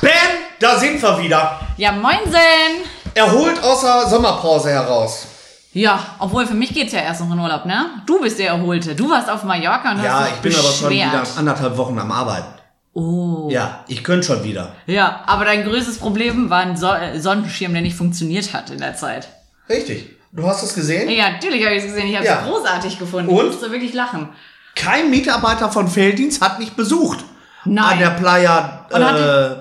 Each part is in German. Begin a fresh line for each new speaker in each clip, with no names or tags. Bam, da sind wir wieder.
Ja, moinsen!
Erholt aus der Sommerpause heraus.
Ja, obwohl für mich geht's ja erst noch in Urlaub, ne? Du bist der Erholte. Du warst auf Mallorca und
Ja,
hast
ich
dich
bin aber schon
beschwert.
wieder anderthalb Wochen am Arbeiten.
Oh.
Ja, ich könnte schon wieder.
Ja, aber dein größtes Problem war ein so äh, Sonnenschirm, der nicht funktioniert hat in der Zeit.
Richtig. Du hast es gesehen?
Ja, natürlich habe ich es gesehen. Ich habe es
Ja.
großartig gefunden.
Und?
Ich musste wirklich lachen.
Kein Mitarbeiter von Felddienst hat mich besucht.
Nein.
An Ah, der Playa,
Und hat
äh,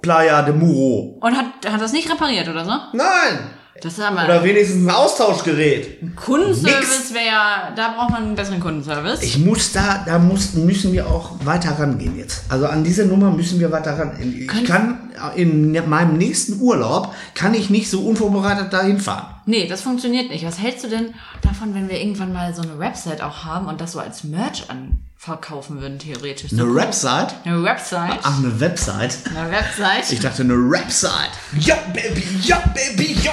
Playa de Muro.
Und hat, hat das nicht repariert oder so?
Nein.
Das ist aber
Oder wenigstens ein Austauschgerät.
ein Kundenservice wäre ja, da braucht man einen besseren Kundenservice.
Ich muss da, da muss, müssen wir auch weiter rangehen jetzt. Also an diese Nummer müssen wir weiter ran. Ich kann in ne, meinem nächsten Urlaub kann ich nicht so unvorbereitet dahin fahren.
Nee, das funktioniert nicht. Was hältst du denn davon, wenn wir irgendwann mal so eine Website auch haben und das so als Merch anverkaufen würden, theoretisch?
Eine Website?
Eine Website.
Ach, eine Website.
Eine Website.
Ah. Ich dachte eine Website. Ja, Baby, ja, Baby, ja.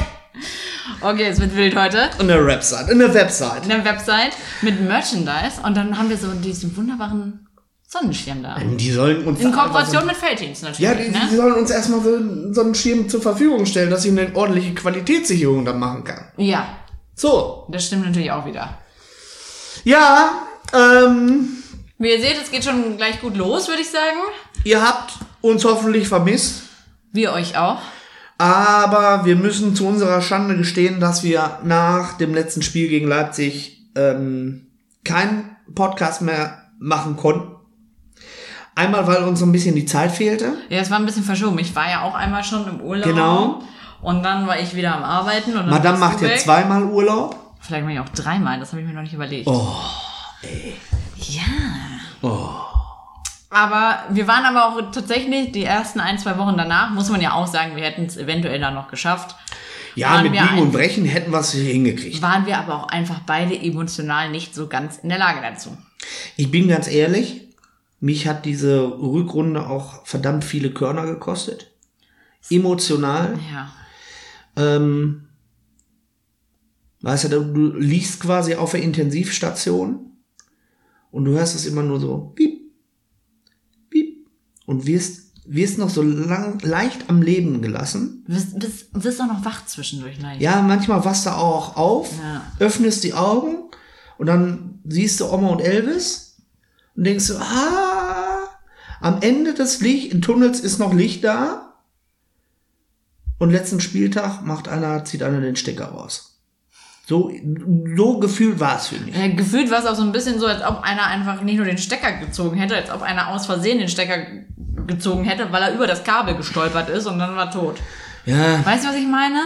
Okay, es wird wild heute.
Eine Website, eine Website.
Eine Website mit Merchandise und dann haben wir so diesen wunderbaren Sonnenschirm da.
Die sollen uns
In Kooperation mit Felddienst natürlich.
Ja, die, die
ne?
sollen uns erstmal so, so einen Schirm zur Verfügung stellen, dass ich eine ordentliche Qualitätssicherung dann machen kann.
ja,
So.
das stimmt natürlich auch wieder.
Ja, ähm,
Wie ihr seht, es geht schon gleich gut los, würde ich sagen.
ihr habt uns hoffentlich vermisst,
Wir euch auch.
aber wir müssen zu unserer Schande gestehen, dass wir nach dem letzten Spiel gegen Leipzig ähm, keinen Podcast mehr machen konnten. Einmal, weil uns so ein bisschen die Zeit fehlte.
Ja, es war ein bisschen verschoben. Ich war ja auch einmal schon im Urlaub.
Genau.
Und dann war ich wieder am Arbeiten. Und dann
Madame
warst du
macht ja
weg.
zweimal Urlaub.
Vielleicht mache ich auch dreimal, das habe ich mir noch nicht überlegt. Oh, ey. Ja. Aber wir waren aber auch tatsächlich die ersten ein, zwei Wochen danach, muss man ja auch sagen, wir hätten es eventuell dann noch geschafft.
Ja,
Waren
mit
wir
Biegen
ein-
und Brechen hätten wir es hingekriegt.
Waren wir aber auch einfach beide emotional nicht so ganz in der Lage dazu.
Ich bin ganz ehrlich, mich hat diese Rückrunde auch verdammt viele Körner gekostet. Emotional.
Ja.
Ähm, weißt du, du liegst quasi auf der Intensivstation und du hörst es immer nur so, piep, piep, und wirst, wirst noch so lang, leicht am Leben gelassen.
Du bist, bist, bist auch noch wach zwischendurch, ne?
Ja, manchmal wachst du auch auf,
Ja.
öffnest die Augen und dann siehst du Oma und Elvis und denkst so, ah, am Ende des Licht, Tunnels ist noch Licht da. Und letzten Spieltag macht einer, zieht einer den Stecker raus. So, so gefühlt war es für mich.
Äh, Gefühlt war es auch so ein bisschen so, als ob einer einfach nicht nur den Stecker gezogen hätte, als ob einer aus Versehen den Stecker g- gezogen hätte, weil er über das Kabel gestolpert ist und dann war tot.
Ja,
Weißt du, was ich meine?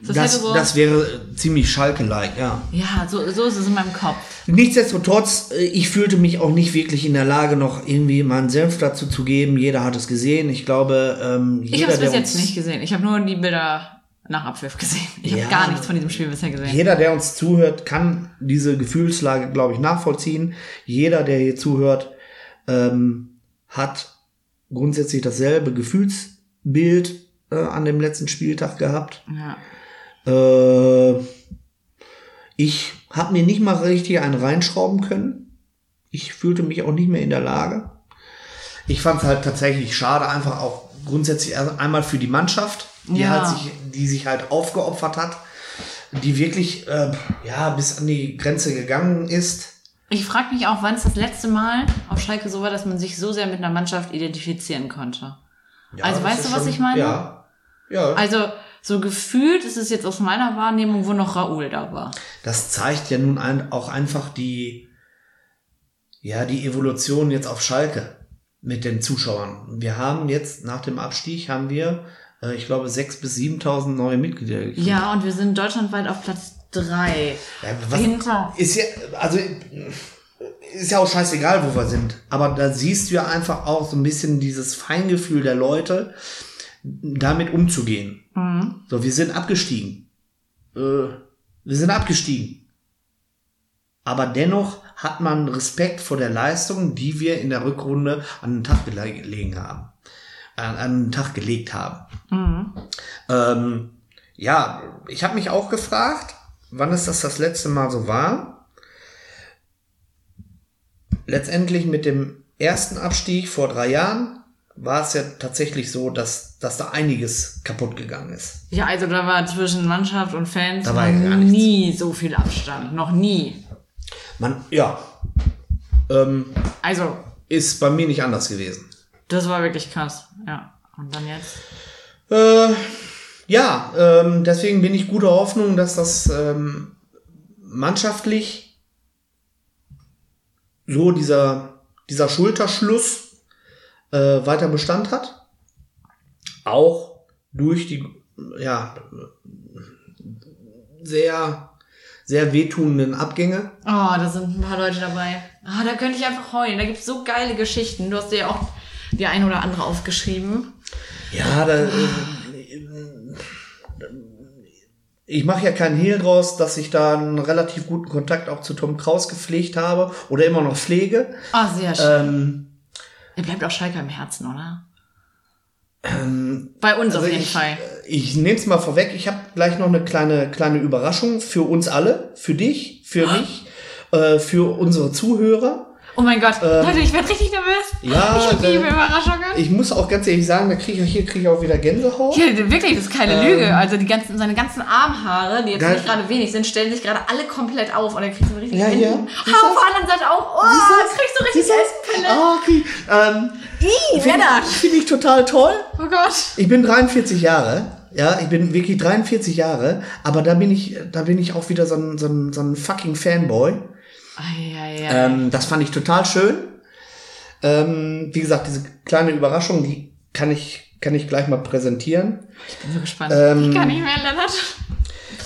Das, hätte
das,
so,
das wäre ziemlich Schalke-like, ja.
ja, so, so ist es in meinem Kopf.
Nichtsdestotrotz, äh, ich fühlte mich auch nicht wirklich in der Lage, noch irgendwie meinen Senf dazu zu geben. Jeder hat es gesehen. Ich glaube, ähm, jeder,
Ich habe es bis
der
jetzt
uns,
nicht gesehen. Ich habe nur die Bilder nach Abpfiff gesehen. Ich habe
Ja.
gar nichts von diesem Spiel bisher gesehen.
jeder, der uns zuhört, kann diese Gefühlslage, glaube ich, nachvollziehen. Jeder, der hier zuhört, ähm, hat grundsätzlich dasselbe Gefühlsbild äh, an dem letzten Spieltag gehabt.
Ja.
Äh, ich habe mir nicht mal richtig einen reinschrauben können. Ich fühlte mich auch nicht mehr in der Lage. Ich fand es halt tatsächlich schade, einfach auch grundsätzlich erst einmal für die Mannschaft, die,
Ja.
halt sich, die sich halt aufgeopfert hat, die wirklich äh, ja, bis an die Grenze gegangen ist.
Ich frage mich auch, wann es das letzte Mal auf Schalke so war, dass man sich so sehr mit einer Mannschaft identifizieren konnte.
Ja,
Also,
das
weißt
ist
du, was ich meine?
Ja. ja.
Also so gefühlt ist es jetzt aus meiner Wahrnehmung, wo noch Raoul da war.
das zeigt ja nun ein, auch einfach die, ja, die Evolution jetzt auf Schalke mit den Zuschauern. Wir haben jetzt nach dem Abstieg haben wir, äh, ich glaube, 6.000 bis 7.000 neue Mitglieder gekriegt.
Ja, und wir sind deutschlandweit auf Platz drei.
Ja, was,
Hinter.
Ist ja, also, ist ja auch scheißegal, wo wir sind. Aber da siehst du ja einfach auch so ein bisschen dieses Feingefühl der Leute, damit umzugehen. So, wir sind abgestiegen. Äh, wir sind abgestiegen. Aber dennoch hat man Respekt vor der Leistung, die wir in der Rückrunde an den Tag gele gelegen haben. An, an den Tag gelegt haben. Ähm, ja, ich habe mich auch gefragt, wann ist das das letzte Mal so war? Letztendlich mit dem ersten Abstieg vor drei Jahren war es ja tatsächlich so, dass, dass da einiges kaputt gegangen ist.
Ja, also da war zwischen Mannschaft und Fans
Da war ja
noch
gar nichts.
nie so viel Abstand. Noch nie.
Man, ja, ähm,
Also,
ist bei mir nicht anders gewesen.
das war wirklich krass. Ja. Und dann jetzt?
Äh, ja, ähm, deswegen bin ich guter Hoffnung, dass das ähm, mannschaftlich so dieser, dieser Schulterschluss äh, weiter Bestand hat. Auch durch die ja, sehr, sehr wehtuenden Abgänge.
Oh, da sind ein paar Leute dabei. Ah, da könnte ich einfach heulen. Da gibt's so geile Geschichten. Du hast dir ja auch die ein oder andere aufgeschrieben.
Ja, da, äh, ich mache ja keinen Hehl draus, dass ich da einen relativ guten Kontakt auch zu Tom Kraus gepflegt habe oder immer noch pflege.
Ah, sehr schön.
Ähm,
Ihr bleibt auch Schalke im Herzen, oder? Bei uns
also
auf jeden
ich,
Fall.
ich nehme es mal vorweg, ich habe gleich noch eine kleine, kleine Überraschung für uns alle, für dich, für
Ah.
mich, äh, für unsere Zuhörer.
Oh mein Gott, Leute, ich werde richtig nervös.
ähm, Ja,
ich
äh,
liebe Überraschungen.
Ich muss auch ganz ehrlich sagen, da kriege ich, hier krieg ich auch wieder Gänsehaut.
Hier, wirklich, das ist keine Lüge. Also die ganzen, seine ganzen Armhaare, die jetzt
Ähm, Geil.
nicht gerade wenig sind, stellen sich gerade alle komplett auf und er kriegt so richtig
Ja,
Händen.
ja.
Haar auf der anderen Seite auch. Oh, jetzt kriegst du richtig Espenpille.
Ah, okay. ähm,
Ih,
Finde
Männer.
find ich total toll.
Oh Gott.
Ich bin 43 Jahre. Ja, ich bin wirklich 43 Jahre, aber da bin ich, da bin ich auch wieder so ein, so ein, so ein fucking Fanboy.
Eieiei.
Ähm, das fand ich total schön. Ähm, wie gesagt, diese kleine Überraschung, die kann ich, kann ich gleich mal präsentieren.
Ich bin so gespannt.
ähm,
ich kann nicht mehr, Lennart.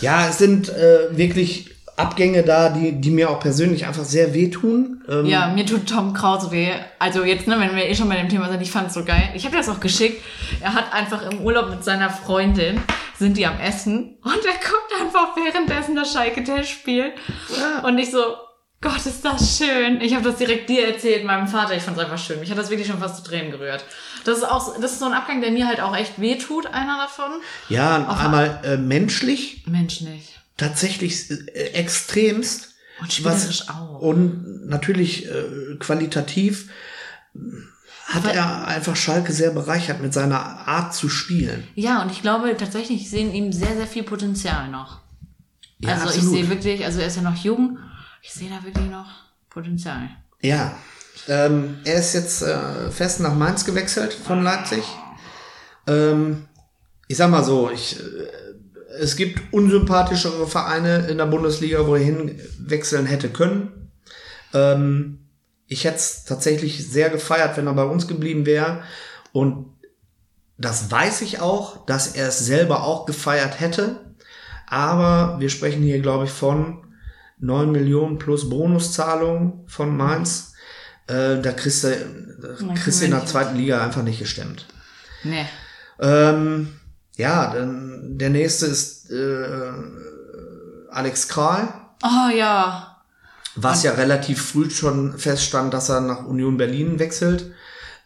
Ja, es sind äh, wirklich Abgänge da, die, die mir auch persönlich einfach sehr wehtun. Ähm,
Ja, mir tut Tom Kraus weh. Also jetzt, ne, wenn wir eh schon bei dem Thema sind, ich fand's so geil. Ich habe das auch geschickt. Er hat einfach im Urlaub mit seiner Freundin, sind die am Essen und er guckt einfach währenddessen das Schalke-Test-Spiel. Und ich so, Gott, ist das schön. Ich habe das direkt dir erzählt, meinem Vater. Ich fand's einfach schön. Mich hat das wirklich schon fast zu Tränen gerührt. Das ist auch, das ist so ein Abgang, der mir halt auch echt weh tut, einer davon.
ja einmal äh, menschlich,
Mensch nicht.
tatsächlich äh, extremst.
Und spielerisch auch.
Und natürlich äh, qualitativ hat er einfach Schalke sehr bereichert mit seiner Art zu spielen.
Ja, und ich glaube tatsächlich, ich sehe in ihm sehr, sehr viel Potenzial noch.
Ja,
also
absolut.
ich sehe wirklich, also er ist ja noch jung, ich sehe da wirklich noch Potenzial.
Ja. Ähm, er ist jetzt äh, fest nach Mainz gewechselt von
Ah.
Leipzig. Ähm, ich sag mal so, ich, äh, es gibt unsympathischere Vereine in der Bundesliga, wo er hinwechseln hätte können. Ähm, ich hätte es tatsächlich sehr gefeiert, wenn er bei uns geblieben wäre. Und das weiß ich auch, dass er es selber auch gefeiert hätte. Aber wir sprechen hier, glaube ich, von 9 Millionen plus Bonuszahlung von Mainz. Äh, da kriegst du, da
kann
kriegst du
man
in der
nicht
zweiten Liga einfach nicht gestemmt.
Nee.
Ähm, ja, dann der nächste ist äh, Alex Kral,
Oh ja.
was ja relativ früh schon feststand, dass er nach Union Berlin wechselt.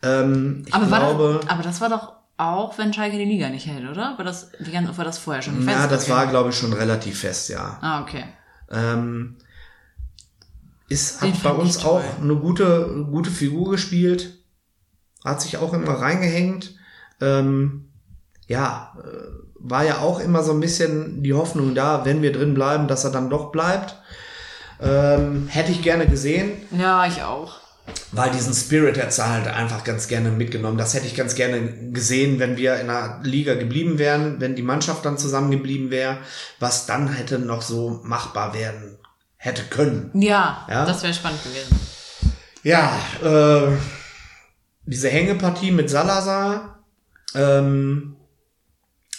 Ähm, ich
Aber, war
glaube,
das, Ah, aber das war doch auch, wenn Schalke die Liga nicht hält, oder? War das, die ganze, war das vorher schon fest?
ja, das war, glaube ich, schon relativ fest, ja.
Ah, okay.
Ähm, ist,
Den
hat bei
fand
uns
ich toll.
auch eine gute, gute Figur gespielt. Hat sich auch immer reingehängt. Ähm, ja, äh, war ja auch immer so ein bisschen die Hoffnung da, wenn wir drin bleiben, dass er dann doch bleibt. Ähm, hätte ich gerne gesehen,
Ja, ich auch.
weil diesen Spirit hätte er halt einfach ganz gerne mitgenommen. Das hätte ich ganz gerne gesehen, wenn wir in der Liga geblieben wären, wenn die Mannschaft dann zusammengeblieben wäre, was dann hätte noch so machbar werden hätte können.
Ja,
Ja?
das wäre spannend gewesen.
Ja, äh, diese Hängepartie mit Salazar ähm,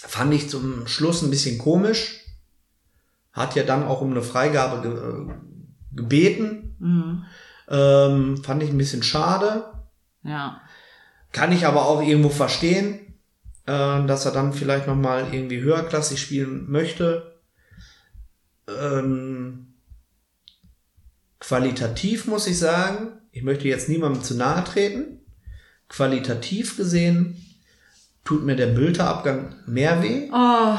fand ich zum Schluss ein bisschen komisch. Hat ja dann auch um eine Freigabe ge äh, gebeten.
Mhm.
Ähm, fand ich ein bisschen schade.
Ja.
Kann ich aber auch irgendwo verstehen, äh, dass er dann vielleicht nochmal irgendwie höherklassig spielen möchte. Ähm, qualitativ muss ich sagen, ich möchte jetzt niemandem zu nahe treten. Qualitativ gesehen tut mir der Bülterabgang mehr weh.
Oh,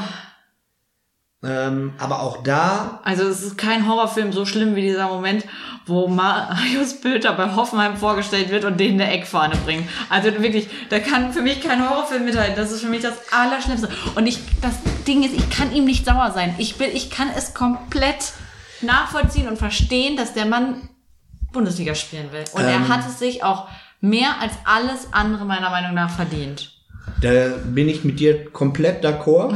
Ähm, aber auch da,
Also es ist kein Horrorfilm so schlimm wie dieser Moment, wo Marius Bülter bei Hoffenheim vorgestellt wird und denen eine Eckfahne bringt. Also wirklich, da kann für mich kein Horrorfilm mithalten. Das ist für mich das Allerschlimmste. Und ich, das Ding ist, ich kann ihm nicht sauer sein. Ich bin, ich kann es komplett nachvollziehen und verstehen, dass der Mann Bundesliga spielen will. Und er
Ähm.
hat es sich auch mehr als alles andere meiner Meinung nach verdient.
da bin ich mit dir komplett d'accord.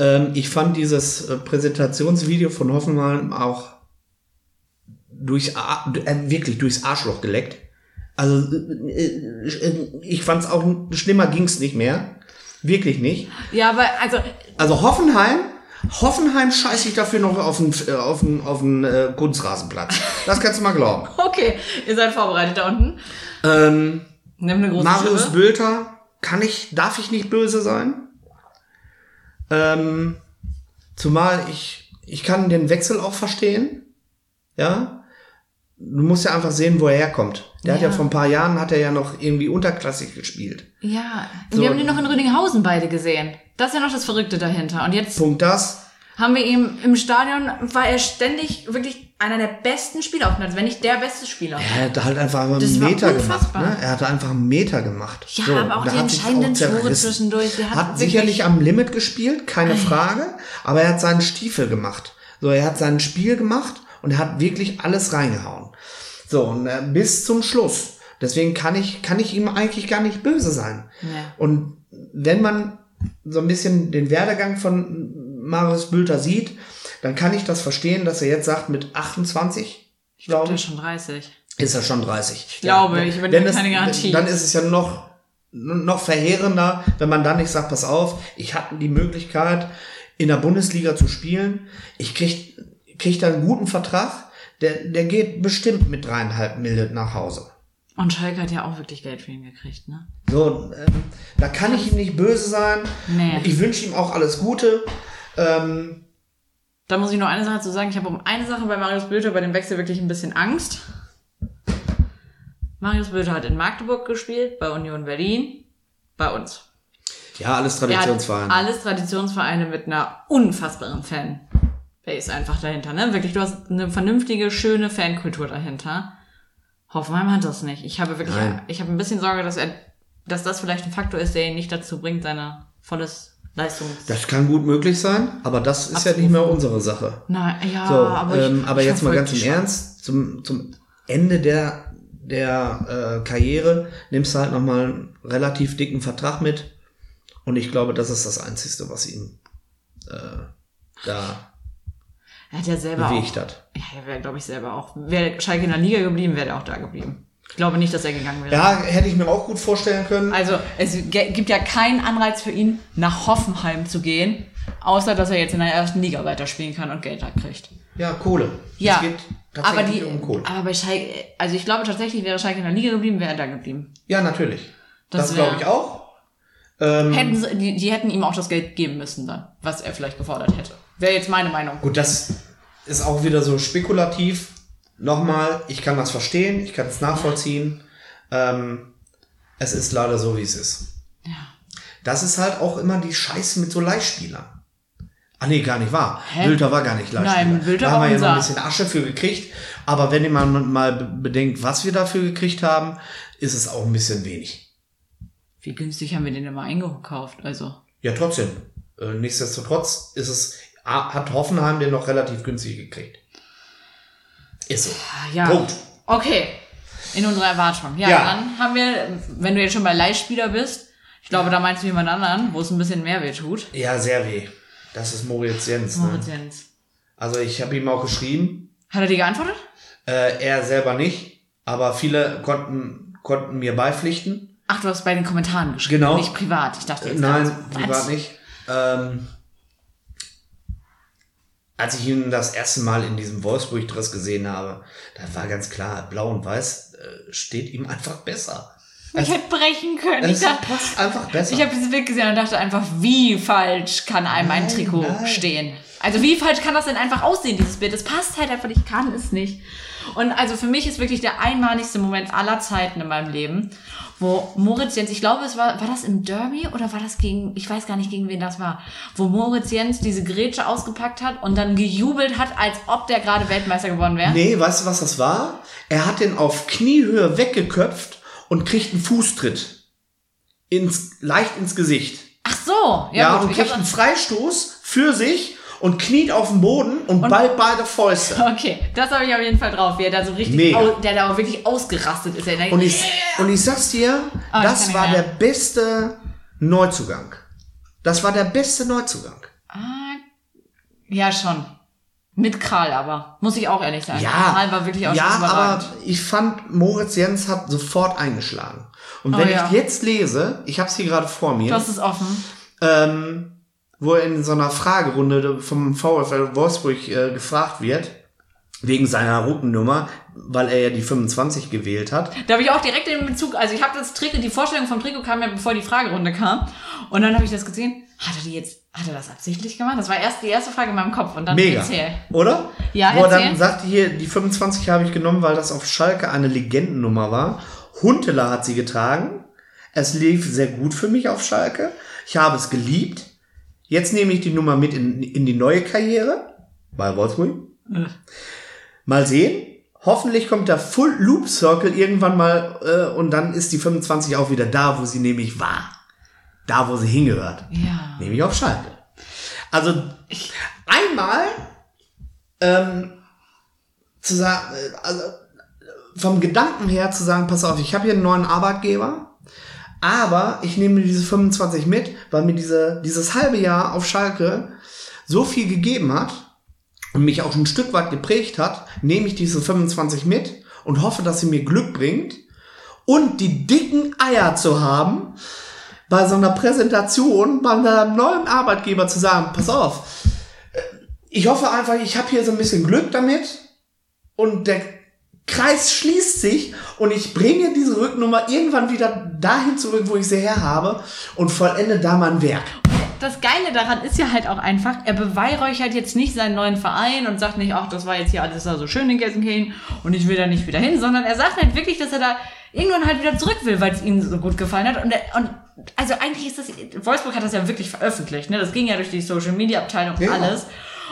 Ähm, ich fand dieses äh, Präsentationsvideo von Hoffenheim auch durch, äh, wirklich durchs Arschloch geleckt. Also äh, äh, ich fand es auch schlimmer ging's nicht mehr. Wirklich nicht.
Ja, aber also
Also Hoffenheim, Hoffenheim scheiße ich dafür noch auf den, äh, auf den, auf den äh, Kunstrasenplatz. Das kannst du mal glauben.
okay, ihr seid vorbereitet da unten.
Ähm,
Nimm eine große
Marius
Schippe.
Bülter, kann ich, darf ich nicht böse sein? Ähm, zumal ich, ich kann den Wechsel auch verstehen. Ja. Du musst ja einfach sehen, wo er herkommt. Der hat ja
Ja.
vor ein paar Jahren hat er ja noch irgendwie unterklassig gespielt.
Ja, und
So.
wir haben ihn noch in Rüdinghausen beide gesehen. Das ist ja noch das Verrückte dahinter. Und jetzt
Punkt das.
haben wir ihn im Stadion, war er ständig wirklich einer der besten Spieler auf dem Platz, wenn nicht der beste Spieler.
Er hat halt einfach einen
Das war
Meter gemacht.
unfassbar.
Ne? Er hatte einfach einen Meter gemacht.
Ja,
So,
aber auch
da
die
hat sich
entscheidenden
auch
Tore
zerrissen.
zwischendurch. Der
Hat,
hat wirklich-
sicherlich am Limit gespielt, keine Frage, aber er hat seinen Stiefel gemacht. So, er hat sein Spiel gemacht und er hat wirklich alles reingehauen. So, und äh, bis zum Schluss. Deswegen kann ich, kann ich ihm eigentlich gar nicht böse sein.
Ja.
Und wenn man so ein bisschen den Werdegang von Marius Bülter sieht, dann kann ich das verstehen, dass er jetzt sagt, mit 28, ich
Der
glaube,
ist schon 30.
ist er schon 30. Ich
glaube, ich bin
es,
keine Garantie.
Dann ist es ja noch, noch verheerender, wenn man dann nicht sagt, pass auf, ich hatte die Möglichkeit, in der Bundesliga zu spielen. Ich krieg, krieg da einen guten Vertrag. Der, der geht bestimmt mit dreieinhalb Milde nach Hause.
Und Schalke hat ja auch wirklich Geld für ihn gekriegt, ne?
So, ähm, da kann ich ihm nicht böse sein.
Nee.
Ich wünsche ihm auch alles Gute. Ähm,
Da muss ich nur eine Sache zu sagen. Ich habe um eine Sache bei Marius Bülter bei dem Wechsel wirklich ein bisschen Angst. Marius Bülter hat in Magdeburg gespielt, bei Union Berlin, bei uns.
ja, alles
Der hat
Traditionsverein.
Alles Traditionsvereine mit einer unfassbaren Fanbase einfach dahinter, ne? Wirklich, du hast eine vernünftige, schöne Fankultur dahinter. Hoffenheim hat das nicht. Ich habe wirklich,
Nein.
ich habe ein bisschen Sorge, dass er, dass das vielleicht ein Faktor ist, der ihn nicht dazu bringt, seine volles Leistung.
das kann gut möglich sein, aber das ist ja
Absolut.
nicht mehr unsere Sache.
Na, ja,
So,
Ah, aber, ich,
ähm, aber
ich
jetzt mal
verfolge
ganz
die
im
schon.
Ernst, zum, zum Ende der, der äh, Karriere nimmst du halt nochmal einen relativ dicken Vertrag mit. Und ich glaube, das ist das Einzige, was ihm äh, da
Er hat ja selber
bewegt
auch,
hat.
ja, er wäre, glaube ich, selber auch, wäre Schalke in der Liga geblieben, wäre er auch da geblieben. Ich glaube nicht, dass er gegangen wäre.
Ja, hätte ich mir auch gut vorstellen können.
Also es ge- gibt ja keinen Anreiz für ihn, nach Hoffenheim zu gehen, außer dass er jetzt in der ersten Liga weiterspielen kann und Geld da kriegt.
Ja, Kohle.
Ja,
es geht
aber,
tatsächlich
die, Ah.
um Kohle.
aber bei Schalke, also ich glaube tatsächlich, wäre Schalke in der Liga geblieben, wäre er da geblieben.
Ja, natürlich. Das,
Das
glaube
wär-
ich auch. Ähm,
Hätten sie, die, die hätten ihm auch das Geld geben müssen dann, was er vielleicht gefordert hätte. Wäre jetzt meine Meinung.
Gut, das ist auch wieder so spekulativ. Nochmal, ich kann das verstehen, ich kann es nachvollziehen. Ähm, es ist leider so, wie es ist.
Ja.
Das ist halt auch immer die Scheiße mit so Leihspielern. Ah nee, gar nicht wahr.
Hä?
Bülter war gar nicht Leihspieler.
Nein, Bülter
da haben
war
wir ja noch ein
unser.
bisschen Asche für gekriegt. Aber wenn man mal be- bedenkt, was wir dafür gekriegt haben, ist es auch ein bisschen wenig.
Wie günstig haben wir den immer eingekauft? Also,
Ja, trotzdem. Äh, nichtsdestotrotz ist es, hat Hoffenheim den noch relativ günstig gekriegt. Ist so.
Ah, ja.
Punkt.
Okay, in unserer Erwartung. Ja,
Ja.
dann haben wir, wenn du jetzt schon bei Leihspieler bist, ich glaube, da meinst du jemand anderen, wo es ein bisschen mehr weh tut.
Ja, sehr weh. Das ist Moritz Jens.
Moritz
Ne?
Jens.
Also ich habe ihm auch geschrieben,
Hat er dir geantwortet?
äh, er selber nicht, aber viele konnten, konnten mir beipflichten.
Ach, du hast bei den Kommentaren geschrieben.
Genau.
Nicht privat. Ich dachte
Äh,
jetzt
Nein,
gerade so, was?
privat nicht. Ähm, als ich ihn das erste Mal in diesem Wolfsburg-Dress gesehen habe, da war ganz klar, blau und weiß äh, steht ihm einfach besser.
Ich hätte brechen können.
Es
Ich, dachte,
passt einfach besser.
ich habe dieses Bild gesehen und dachte einfach, wie falsch kann einem ein
Nein,
Trikot
nein.
stehen? Also wie falsch kann das denn einfach aussehen, dieses Bild? Das passt halt einfach, ich kann es nicht. Und also für mich ist wirklich der einmaligste Moment aller Zeiten in meinem Leben, wo Moritz Jens, ich glaube, es war, war das im Derby oder war das gegen, ich weiß gar nicht, gegen wen das war, wo Moritz Jens diese Grätsche ausgepackt hat und dann gejubelt hat, als ob der gerade Weltmeister geworden wäre.
Nee, weißt du, was das war? Er hat den auf Kniehöhe weggeköpft und kriegt einen Fußtritt. Ins, leicht ins Gesicht.
Ach so, ja,
Ja,
gut,
und
ich hab's
kriegt einen Freistoß für sich und kniet auf den Boden und, ballt beide Fäuste.
Okay, das habe ich auf jeden Fall drauf, wie er da so richtig,
Mega.
au, der da auch wirklich ausgerastet ist. Er denkt,
Und ich, und ich sag's dir,
Ah, ich kann
das
nicht
war
mehr.
der beste Neuzugang. Das war der beste Neuzugang.
ah, ja schon. Mit Kral aber, muss ich auch ehrlich sagen.
Ja,
Kral Äh, war wirklich auch
ja
schon
aber
überragend.
ich fand, Moritz Jens hat sofort eingeschlagen. Und
Oh,
wenn
ja.
ich jetzt lese, ich hab's hier gerade vor mir,
Du hast es offen.
ähm, wo er in so einer Fragerunde vom VfL Wolfsburg äh, gefragt wird, wegen seiner Routennummer, weil er ja die 25 gewählt hat.
Da habe ich auch direkt den Bezug, also ich habe das Trikot, die Vorstellung vom Trikot kam ja bevor die Fragerunde kam. Und dann habe ich das gesehen. Hat er die jetzt, hat er das absichtlich gemacht? Das war erst die erste Frage in meinem Kopf und dann
Mega.
erzähl.
Oder?
Ja,
Wo er
erzähl.
dann sagte hier, die 25 habe ich genommen, weil das auf Schalke eine Legendennummer war. Huntela hat sie getragen. Es lief sehr gut für mich auf Schalke. Ich habe es geliebt. Jetzt nehme ich die Nummer mit in, in die neue Karriere. Bei Wolfsburg. Mal sehen. Hoffentlich kommt der Full Loop Circle irgendwann mal äh, und dann ist die 25 auch wieder da, wo sie nämlich war. Da, wo sie hingehört
Ja.
nämlich auf Schalke. Also einmal ähm, zu sagen, äh, also äh, vom Gedanken her zu sagen, pass auf, ich habe hier einen neuen Arbeitgeber, aber ich nehme mir diese 25 mit, weil mir diese, dieses halbe Jahr auf Schalke so viel gegeben hat und mich auch ein Stück weit geprägt hat, nehme ich diese 25 mit und hoffe, dass sie mir Glück bringt und die dicken Eier zu haben, bei so einer Präsentation bei einem neuen Arbeitgeber zu sagen, pass auf, äh, ich hoffe einfach, ich habe hier so ein bisschen Glück damit und der Kreis schließt sich und ich bringe diese Rücknummer irgendwann wieder dahin zurück, wo ich sie her habe und vollende da mein Werk.
das Geile daran ist ja halt auch einfach, er beweihräuchert jetzt nicht seinen neuen Verein und sagt nicht, ach, das war jetzt hier alles da so schön in Gelsenkirchen und ich will da nicht wieder hin, sondern er sagt halt wirklich, dass er da irgendwann halt wieder zurück will, weil es ihm so gut gefallen hat. Und, er, und also eigentlich ist das, Wolfsburg hat das ja wirklich veröffentlicht, ne? Das ging ja durch die Social Media Abteilung und
Ja.
alles.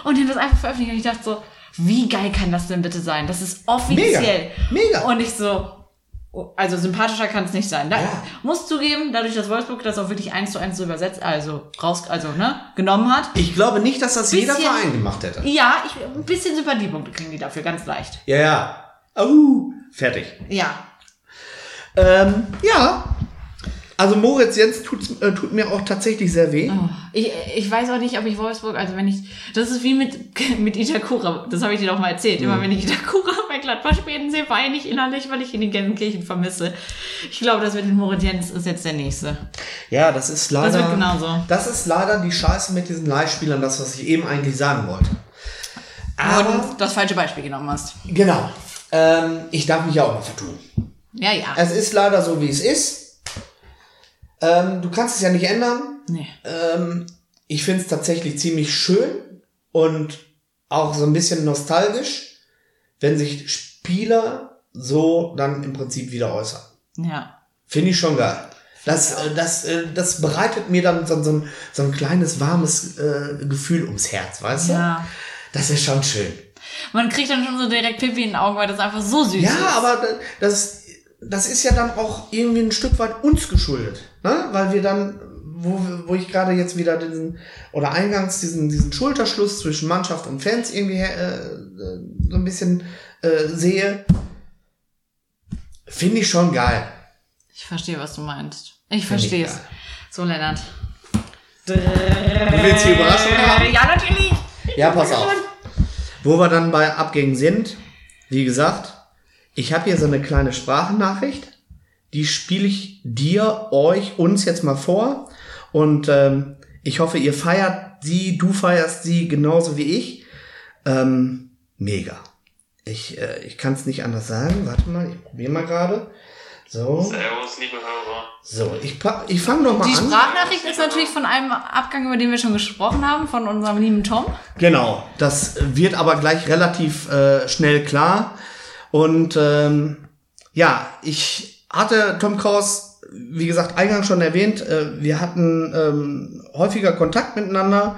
Und die haben das einfach veröffentlicht und ich dachte so, wie geil kann das denn bitte sein? Das ist offiziell.
Mega.
Und ich so, Oh, Also sympathischer kann es nicht sein. Da,
Ja.
Muss zugeben, dadurch, dass Wolfsburg das auch wirklich eins zu eins so übersetzt, also raus, also ne, genommen hat.
Ich glaube nicht, dass das jeder
Bisschen-
Verein gemacht hätte.
Ja, ich, ein bisschen Sympathiepunkte kriegen die dafür, ganz leicht.
Ja, ja. Au, fertig.
Ja.
Ähm, ja. Also Moritz Jens tut, äh, tut mir auch tatsächlich sehr weh.
Oh, Ich, ich weiß auch nicht, ob ich Wolfsburg, also wenn ich, das ist wie mit, mit Itakura, das habe ich dir doch mal erzählt,
Mhm.
immer wenn ich Itakura bei Gladbach spielen sehe, weine ich innerlich, weil ich ihn in Gelsenkirchen vermisse. Ich glaube, das mit den Moritz ist jetzt der nächste.
Ja, das ist leider.
wird genauso.
Das ist leider die Scheiße mit diesen Leihspielern, das, was ich eben eigentlich sagen wollte. Aber,
Und das falsche Beispiel genommen hast.
genau. Ähm, ich darf mich ja auch mal vertun.
Ja, ja.
Es ist leider so, wie es ist. Ähm, du kannst es ja nicht ändern.
nee.
Ähm, ich finde es tatsächlich ziemlich schön und auch so ein bisschen nostalgisch, wenn sich Spieler so dann im Prinzip wieder äußern.
Ja.
Finde ich schon geil. Das, äh, das, äh, das bereitet mir dann so, so, ein, so ein kleines, warmes äh, Gefühl ums Herz, weißt du?
Ja.
Das ist schon schön.
Man kriegt dann schon so direkt Pipi in den Augen, weil das einfach so süß ist.
Ja, aber da- das, das ist ja dann auch irgendwie ein Stück weit uns geschuldet. Ne? Weil wir dann, wo, wo ich gerade jetzt wieder diesen, oder eingangs diesen, diesen Schulterschluss zwischen Mannschaft und Fans irgendwie äh, äh, so ein bisschen äh, sehe, finde ich schon geil.
Ich verstehe, was du meinst.
Finde
Ich
ich
verstehe es.
geil.
So, Lennart.
Du willst die Überraschung haben?
Äh, Ja, natürlich.
Ja, pass auf. Wo wir dann bei Abgängen sind, wie gesagt, ich habe hier so eine kleine Sprachnachricht, die spiele ich dir, euch, uns jetzt mal vor. Und ähm, ich hoffe, ihr feiert sie, du feierst sie genauso wie ich. Ähm, mega. Ich, äh, ich kann es nicht anders sagen. Warte mal, ich probiere mal gerade. So,
Servus, liebe Hörer.
so, ich, pa- ich fange doch mal
Die
an.
Sprachnachricht ist natürlich von einem Abgang, über den wir schon gesprochen haben, von unserem lieben Tom.
Genau, das wird aber gleich relativ äh, schnell klar. Und ähm, ja, ich hatte Tom Kraus, wie gesagt, eingangs schon erwähnt, äh, wir hatten ähm, häufiger Kontakt miteinander,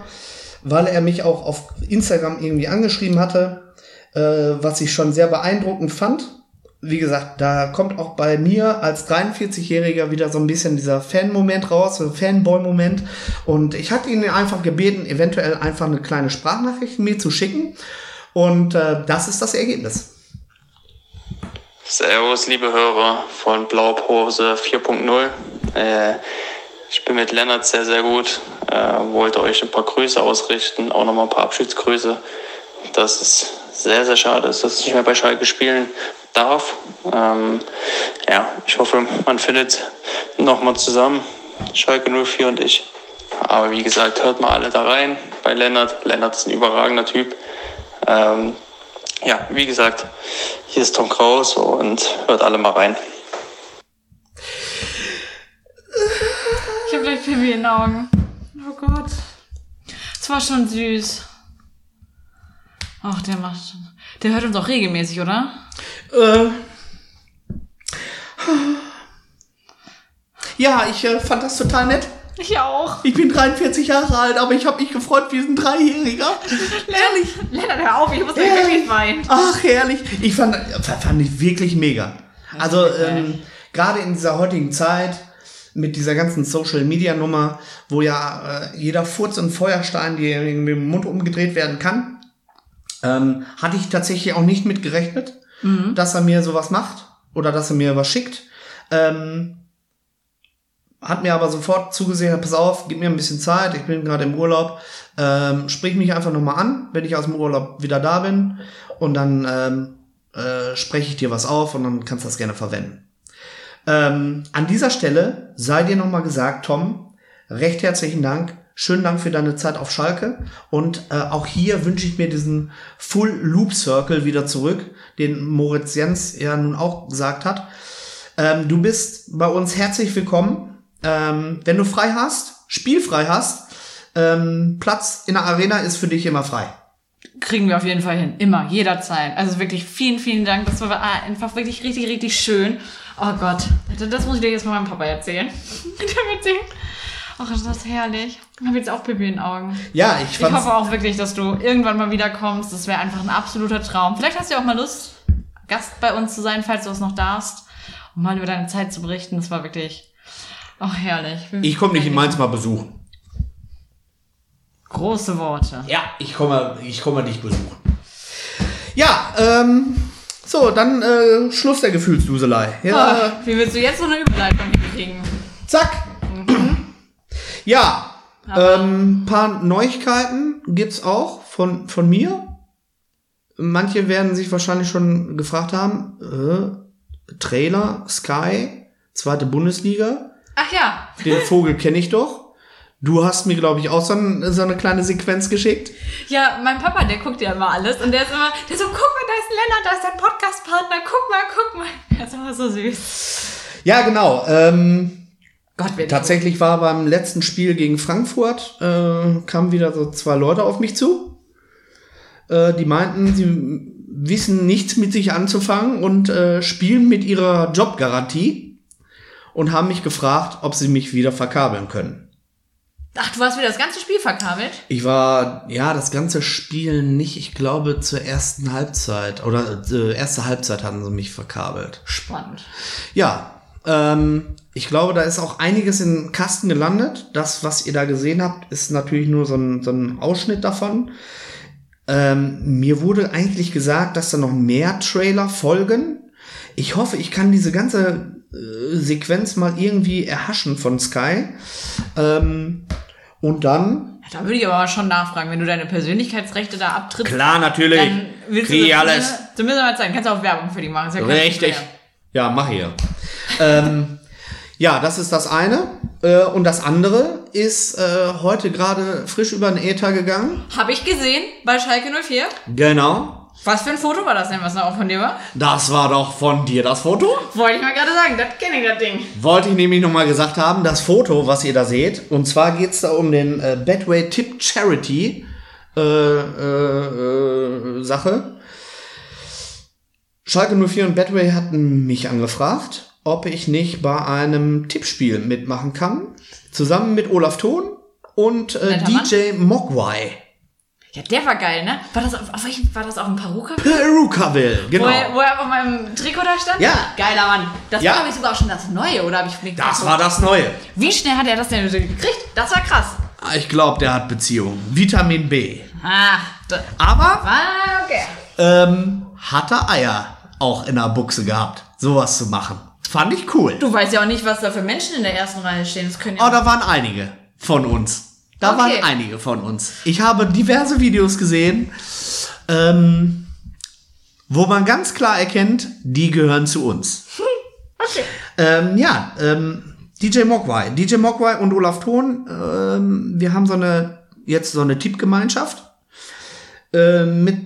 weil er mich auch auf Instagram irgendwie angeschrieben hatte, äh, was ich schon sehr beeindruckend fand. Wie gesagt, da kommt auch bei mir als 43-Jähriger wieder so ein bisschen dieser Fan-Moment raus, so ein Fanboy-Moment. Und ich hatte ihn einfach gebeten, eventuell einfach eine kleine Sprachnachricht mir zu schicken. Und äh, das ist das Ergebnis.
Servus, liebe Hörer von Blaupause 4.0. Äh, ich bin mit Lennart sehr, sehr gut. Äh, wollte euch ein paar Grüße ausrichten, auch nochmal ein paar Abschiedsgrüße. Das ist sehr, sehr schade, dass ich nicht mehr bei Schalke spielen darf. Ähm, ja, ich hoffe, man findet nochmal zusammen, Schalke 04 und ich. Aber wie gesagt, hört mal alle da rein bei Lennart. Lennart ist ein überragender Typ. Ähm, ja, wie gesagt, hier ist Tom Kraus und hört alle mal rein.
Ich habe gleich Pippi in den Augen. Oh Gott. Es war schon süß. Ach, der macht schon. Der hört uns auch regelmäßig, oder?
Äh, ja, ich äh, fand das total nett.
Ich auch.
Ich bin 43 Jahre alt, aber ich habe mich gefreut wie ein Dreijähriger. Ehrlich.
Lennart, hör auf, ich muss gleich
Ehrlich?
wirklich weinen.
Ach, herrlich. Ich fand, fand ich wirklich mega. Also ähm, gerade in dieser heutigen Zeit mit dieser ganzen Social-Media-Nummer, wo ja äh, jeder Furz und Feuerstein dir irgendwie im Mund umgedreht werden kann, ähm, hatte ich tatsächlich auch nicht mit gerechnet, dass er mir sowas macht oder dass er mir was schickt. Ähm, hat mir aber sofort zugesehen, pass auf, gib mir ein bisschen Zeit, ich bin gerade im Urlaub, ähm, sprich mich einfach nochmal an, wenn ich aus dem Urlaub wieder da bin und dann ähm, äh, spreche ich dir was auf und dann kannst du das gerne verwenden. Ähm, an dieser Stelle sei dir nochmal gesagt, Tom, recht herzlichen Dank, schönen Dank für deine Zeit auf Schalke und äh, auch hier wünsche ich mir diesen Full Loop Circle wieder zurück, den Moritz Jens ja nun auch gesagt hat. Ähm, du bist bei uns herzlich willkommen. Ähm, wenn du frei hast, spielfrei hast, ähm, Platz in der Arena ist für dich immer frei.
Kriegen wir auf jeden Fall hin. Immer, jederzeit. Also wirklich vielen, vielen Dank. Das war einfach wirklich richtig, richtig schön. Oh Gott. Das muss ich dir jetzt mal meinem Papa erzählen. Der wird sehen. Ach, ist das herrlich. Ich habe jetzt auch Pipi in den Augen.
Ja, ich
Ich
fand's.
hoffe auch wirklich, dass du irgendwann mal wiederkommst. Das wäre einfach ein absoluter Traum. Vielleicht hast du ja auch mal Lust, Gast bei uns zu sein, falls du es noch darfst. Um mal über deine Zeit zu berichten. Das war wirklich auch herrlich.
Ich komme dich in Mainz mal besuchen.
Große Worte.
Ja, ich komme, ich komme dich besuchen. Ja, ähm, so, dann äh, Schluss der Gefühlsduselei. Ja,
Ah, wie willst du jetzt so eine Überleitung hinkriegen?
zack. Ja, ähm, paar Neuigkeiten gibt's auch von, von mir. Manche werden sich wahrscheinlich schon gefragt haben, äh, Trailer, Sky, zweite Bundesliga.
Ach ja,
Den Vogel kenne ich doch. Du hast mir, glaube ich, auch so, ein, so eine kleine Sequenz geschickt.
Ja, mein Papa, der guckt ja immer alles und der ist immer, der so, guck mal, da ist Lennart, da ist dein Podcast-Partner, guck mal, guck mal. Der ist immer so süß.
Ja, genau. Ähm,
Gott, wir
tatsächlich war beim letzten Spiel gegen Frankfurt, äh, kamen wieder so zwei Leute auf mich zu. Äh, die meinten, sie wissen nichts mit sich anzufangen und äh, spielen mit ihrer Jobgarantie und haben mich gefragt, ob sie mich wieder verkabeln können.
Ach, du hast wieder das ganze Spiel verkabelt?
Ich war, ja, das ganze Spiel nicht, ich glaube, zur ersten Halbzeit oder äh, erste Halbzeit hatten sie mich verkabelt.
Spannend.
Ja, ähm, ich glaube, da ist auch einiges in Kasten gelandet. Das, was ihr da gesehen habt, ist natürlich nur so ein, so ein Ausschnitt davon. Ähm, mir wurde eigentlich gesagt, dass da noch mehr Trailer folgen. Ich hoffe, ich kann diese ganze äh, Sequenz mal irgendwie erhaschen von Sky. Ähm, und dann
Ja, Da würde ich aber schon nachfragen, wenn du deine Persönlichkeitsrechte da abtrittst.
Klar, natürlich.
Dann willst
Krieg ich
du ne
alles.
Zumindest mal zeigen, kannst du auch Werbung für die machen. Ist ja kein
Richtig.
Problem.
Ja, mach hier. ähm, ja, das ist das eine. Äh, und das andere ist äh, heute gerade frisch über den Äther gegangen.
Hab ich gesehen bei Schalke 04.
Genau.
Was für ein Foto war das denn, was da auch von dir war?
Das war doch von dir das Foto?
Wollte ich mal gerade sagen, das kenne ich, das Ding.
Wollte ich nämlich nochmal gesagt haben, das Foto, was ihr da seht, und zwar geht es da um den äh, Bedway Tip Charity äh, äh, äh, Sache. Schalke 04 und Bedway hatten mich angefragt, ob ich nicht bei einem Tippspiel mitmachen kann. Zusammen mit Olaf Thon und äh,
Netter Mann.
DJ Mogwai.
Ja, der war geil, ne? War das auf, auf welchem, war das auf dem Paruka?
Perukaville, Äh, genau.
Wo, er, wo er auf meinem Trikot da stand?
Ja.
Geiler Mann. Das
Ja.
war, glaube ich, sogar auch schon das Neue, oder habe ich nicht
Das
geguckt?
war das Neue.
Wie schnell hat er das denn gekriegt? Das war krass.
Ich glaube, der hat Beziehungen. Vitamin B.
Ah, da,
Aber
ah okay.
ähm, hatte Eier auch in der Buchse gehabt, sowas zu machen. Fand ich cool.
Du weißt ja auch nicht, was da für Menschen in der ersten Reihe stehen. Das können ja
Oh, da waren einige von uns. Da
Okay.
waren einige von uns. Ich habe diverse Videos gesehen, ähm, wo man ganz klar erkennt, die gehören zu uns.
Hm, Okay.
Ähm, ja, ähm, DJ Mogwai. DJ Mogwai und Olaf Thon, ähm, wir haben so eine, jetzt so eine Tippgemeinschaft ähm, mit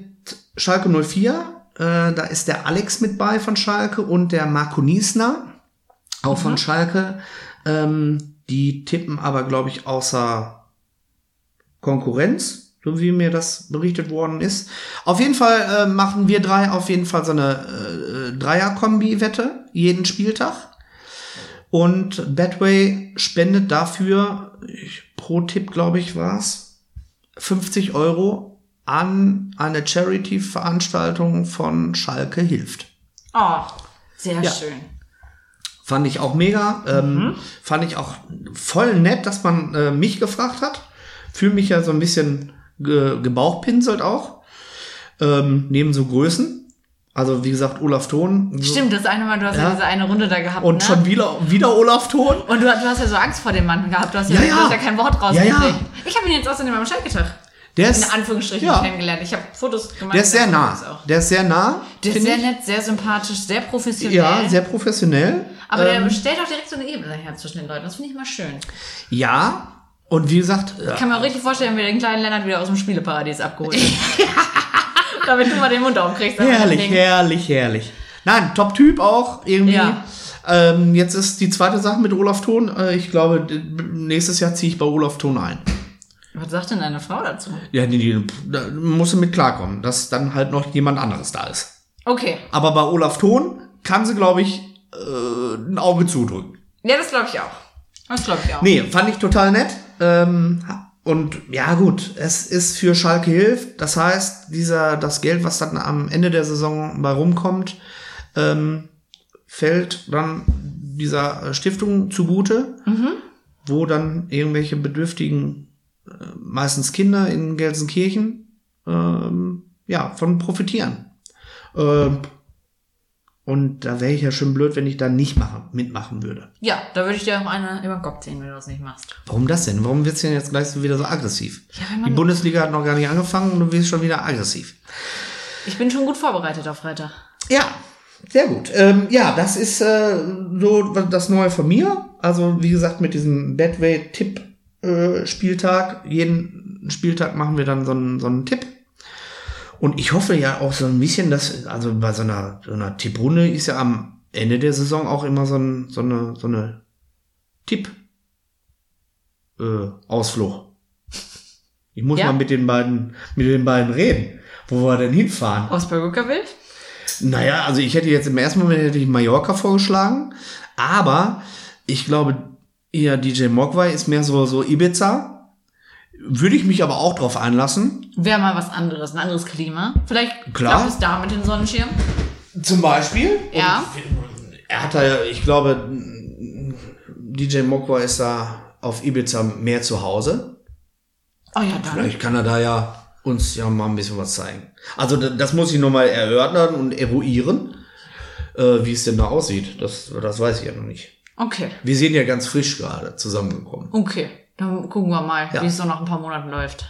Schalke 04. Äh, da ist der Alex mit bei von Schalke und der Marco Niesner, auch
Mhm.
von Schalke. Ähm, die tippen aber, glaube ich, außer Konkurrenz, so wie mir das berichtet worden ist. Auf jeden Fall äh, machen wir drei auf jeden Fall so eine äh, Dreier-Kombi-Wette jeden Spieltag. Und Betway spendet dafür, ich, pro Tipp glaube ich war's, 50 Euro an eine Charity-Veranstaltung von Schalke hilft.
Oh, sehr
Ja.
schön.
Fand ich auch mega.
Mhm.
Ähm, fand ich auch voll nett, dass man äh, mich gefragt hat. Fühle mich ja so ein bisschen ge gebauchpinselt auch. Ähm, neben so Größen. Also wie gesagt, Olaf Thon. So.
Stimmt, das eine Mal, du hast ja,
Ja.
diese eine Runde da gehabt,
Und
ne?
schon wieder, wieder Olaf Thon.
und du, du hast ja so Angst vor dem Mann gehabt. Du hast
Ja,
ja, du hast
ja.
ja kein Wort
Ja,
rausgekriegt.
ja.
Ich habe ihn jetzt außerdem am Schalke-Tag
Der
in
ist,
Anführungsstrichen
ja.
kennengelernt. Ich habe Fotos gemacht.
der ist sehr
das
nah.
Auch.
Der ist sehr nah.
Der ist
find
sehr
ich.
nett, sehr sympathisch, sehr professionell.
Ja, sehr professionell.
aber
Ähm,
der stellt auch direkt so eine Ebene her zwischen den Leuten. Das finde ich mal schön.
ja, und wie gesagt,
Ich kann mir auch richtig vorstellen, wie du den kleinen Lennart wieder aus dem Spieleparadies abgeholt hast. Damit du mal den Mund aufkriegst. aber
Herrlich,
dann denk-
herrlich, herrlich. Nein, Top-Typ auch irgendwie.
Ja.
Ähm, jetzt ist die zweite Sache mit Olaf Thon. Äh, ich glaube, d- nächstes Jahr ziehe ich bei Olaf Thon ein.
Was sagt denn deine Frau dazu?
Ja, die, die, da musst du mit klarkommen, dass dann halt noch jemand anderes da ist.
Okay.
Aber bei Olaf Thon kann sie, glaube ich, äh, ein Auge zudrücken.
Ja, das glaube ich auch. Das glaube ich auch.
Nee, fand ich total nett. Ähm, und ja, gut, es ist für Schalke hilft. Das heißt, dieser, das Geld, was dann am Ende der Saison bei rumkommt, ähm, fällt dann dieser äh, Stiftung zugute, wo dann irgendwelche bedürftigen, äh, meistens Kinder in Gelsenkirchen, ähm, ja, von profitieren. Ähm, und da wäre ich ja schon blöd, wenn ich da nicht machen, mitmachen würde.
Ja, da würde ich dir auch eine über den Kopf ziehen, wenn du das nicht machst.
Warum das denn? Warum wird's denn jetzt gleich so wieder so aggressiv?
wenn man-
Die Bundesliga hat noch gar nicht angefangen und du wirst schon wieder aggressiv.
Ich bin schon gut vorbereitet auf Freitag.
Ja, sehr gut. Ähm, ja, das ist äh, so das Neue von mir. Also wie gesagt, mit diesem Bedway-Tipp-Spieltag. Jeden Spieltag machen wir dann so einen, so einen Tipp. Und ich hoffe ja auch so ein bisschen, dass, also bei so einer, so einer Tipprunde ist ja am Ende der Saison auch immer so, ein, so eine, so eine Tipp-Ausflug. äh, Ich muss
Ja.
mal mit den beiden, mit den beiden reden, wo wir denn hinfahren.
Aus Perukaville?
Naja, also ich hätte jetzt im ersten Moment hätte ich Mallorca vorgeschlagen, aber ich glaube, eher DJ Mogwai ist mehr so, so Ibiza. Würde ich mich aber auch drauf einlassen.
Wäre mal was anderes, ein anderes Klima. Vielleicht
Klar.
klappt es da mit dem Sonnenschirm.
Zum Beispiel?
Ja.
Er hat da, ich glaube, DJ Mogwai ist da auf Ibiza mehr zu Hause.
Oh ja, dann.
Vielleicht kann er da ja uns ja mal ein bisschen was zeigen. Also d- das muss ich nochmal erörtern und eruieren, äh, wie es denn da aussieht. Das, das weiß ich ja noch nicht.
Okay.
Wir sind ja ganz frisch gerade zusammengekommen.
Okay. Dann gucken wir mal,
Ja.
wie es so nach ein paar Monaten läuft.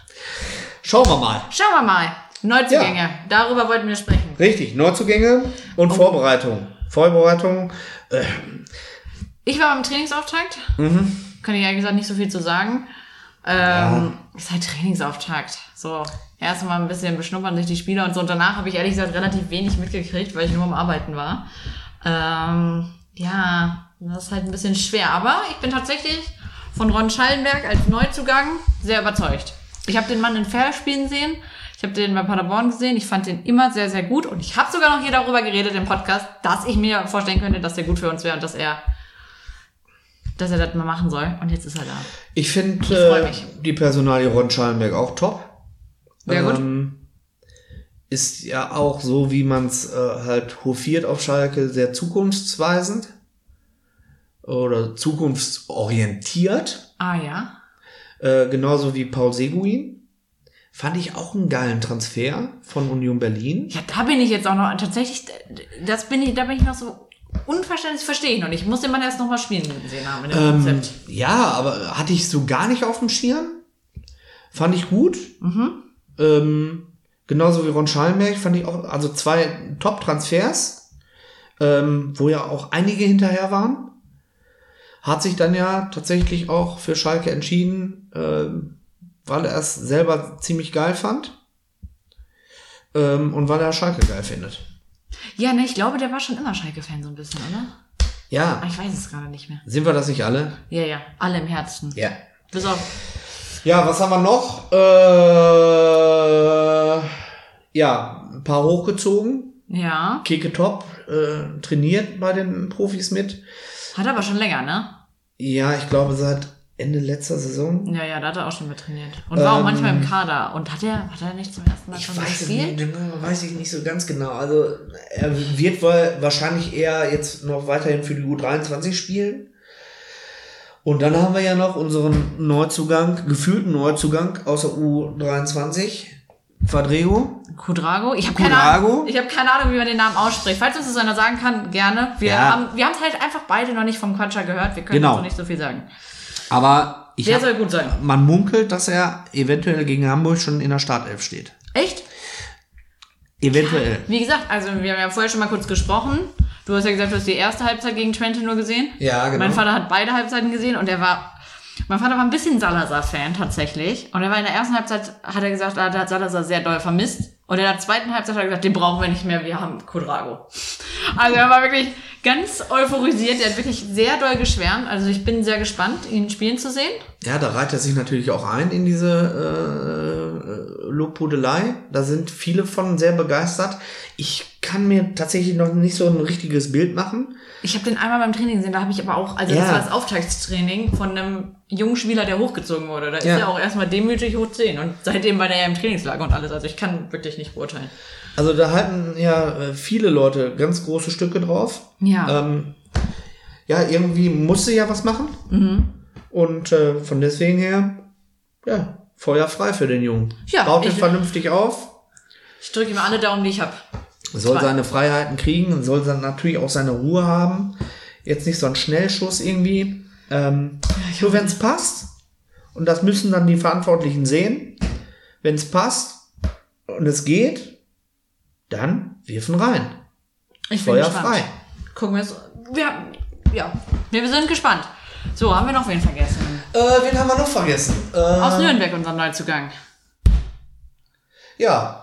Schauen wir mal.
Schauen wir mal. Neuzugänge. Darüber wollten wir sprechen.
Richtig, Neuzugänge und Vorbereitung. Vorbereitung.
Ich war beim Trainingsauftakt. Kann ich ehrlich gesagt nicht so viel zu sagen. Ähm, Ist halt Trainingsauftakt. So, erstmal ein bisschen beschnuppern sich die Spieler und so. Und danach habe ich ehrlich gesagt relativ wenig mitgekriegt, weil ich nur am Arbeiten war. Ähm, ja, das ist halt ein bisschen schwer. Aber ich bin tatsächlich von Ron Schallenberg als Neuzugang sehr überzeugt. Ich habe den Mann in Fair spielen sehen. Ich habe den bei Paderborn gesehen. Ich fand den immer sehr, sehr gut. Und ich habe sogar noch hier darüber geredet im Podcast, dass ich mir vorstellen könnte, dass der gut für uns wäre und dass er, dass er das mal machen soll. Und jetzt ist er da.
Ich
freu
finde äh,
mich.
die Personalie Ron Schallenberg auch top. Ähm,
Sehr gut.
Ist ja auch so, wie man es äh, halt hofiert auf Schalke, sehr zukunftsweisend oder zukunftsorientiert.
Ah ja.
Äh, genauso wie Paul Seguin. Fand ich auch einen geilen Transfer von Union Berlin.
Ja, da bin ich jetzt auch noch tatsächlich, das bin ich, da bin ich noch so unverständlich, verstehe ich noch nicht. Ich muss den Mann erst noch mal spielen sehen haben in dem
Ähm,
Konzept.
ja, aber hatte ich so gar nicht auf dem Schirm. Fand ich gut. Ähm, genauso wie Ron Schallenberg fand ich auch, also zwei Top-Transfers, ähm, wo ja auch einige hinterher waren. Hat sich dann ja tatsächlich auch für Schalke entschieden, ähm, weil er es selber ziemlich geil fand. Ähm, und weil er Schalke geil findet.
Ja, ne, ich glaube, der war schon immer Schalke-Fan so ein bisschen, oder?
Ja,
Aber ich weiß es gerade nicht mehr.
sind wir das nicht alle?
Ja, ja, alle im Herzen.
Ja.
Bis auf,
Ja, was haben wir noch? Äh, ja, ein paar hochgezogen.
ja,
Keke Top äh, trainiert bei den Profis mit.
hat aber schon länger, ne?
Ja, ich glaube seit Ende letzter Saison.
Ja, ja, da hat er auch schon mit trainiert. Und war auch
Ähm.
manchmal im Kader. Und hat er, hat er nicht zum ersten Mal schon
es
gespielt?
nicht, genau, weiß ich nicht so ganz genau. Also er wird wohl wahrscheinlich eher jetzt noch weiterhin für die U23 spielen. Und dann haben wir ja noch unseren Neuzugang, gefühlten Neuzugang aus der U23, Fadrego.
Kudrago? Ich habe keine,
Kudrago?
Ahnung- ich hab keine Ahnung, wie man den Namen ausspricht. Falls uns das einer sagen kann, gerne. Wir
Ja.
haben wir haben's halt einfach beide noch nicht vom Quatscher gehört. Wir können
Genau.
dazu nicht so viel sagen.
Aber ich
Der
hab-
soll gut sein.
man munkelt, dass er eventuell gegen Hamburg schon in der Startelf steht.
Echt?
Eventuell.
Wie gesagt, also wir haben ja vorher schon mal kurz gesprochen. Du hast ja gesagt, du hast die erste Halbzeit gegen Twente nur gesehen.
Ja, genau.
Mein Vater hat beide Halbzeiten gesehen und er war. Mein Vater war ein bisschen Salazar-Fan tatsächlich. Und er war in der ersten Halbzeit, hat er gesagt, ah, da hat Salazar sehr doll vermisst. Und in der zweiten Halbzeit hat er gesagt, den brauchen wir nicht mehr, wir haben Kudrago. Also er war wirklich ganz euphorisiert, er hat wirklich sehr doll geschwärmt. Also ich bin sehr gespannt, ihn spielen zu sehen.
Ja, da reiht er sich natürlich auch ein in diese äh, äh, Lobhudelei. Da sind viele von sehr begeistert. Ich kann mir tatsächlich noch nicht so ein richtiges Bild machen.
Ich habe den einmal beim Training gesehen, da habe ich aber auch, also das
Ja.
war das Auftaktstraining von einem jungen Spieler, der hochgezogen wurde. Da ist
Ja.
er auch erstmal demütig hoch 10 und seitdem war der ja im Trainingslager und alles. Also ich kann wirklich nicht beurteilen.
Also da halten ja äh, viele Leute ganz große Stücke drauf.
Ja.
Ähm, ja, irgendwie musste ja was machen.
Mhm.
Und äh, von deswegen her, ja, Feuer frei für den Jungen.
Ja,
Baut ihn
ich-
vernünftig auf.
Ich drücke ihm alle Daumen, die ich habe.
soll
Zwei.
seine Freiheiten kriegen und soll dann natürlich auch seine Ruhe haben. Jetzt nicht so ein Schnellschuss irgendwie. Ähm, nur wenn es passt, und das müssen dann die Verantwortlichen sehen, wenn es passt und es geht, dann wirfen rein.
Ich bin
Feuer
gespannt.
frei.
Gucken wir es. Ja, ja. Wir, wir sind gespannt. So, haben wir noch wen vergessen?
Äh, wen haben wir noch vergessen? Äh,
Aus Nürnberg, unseren Neuzugang.
Äh, ja,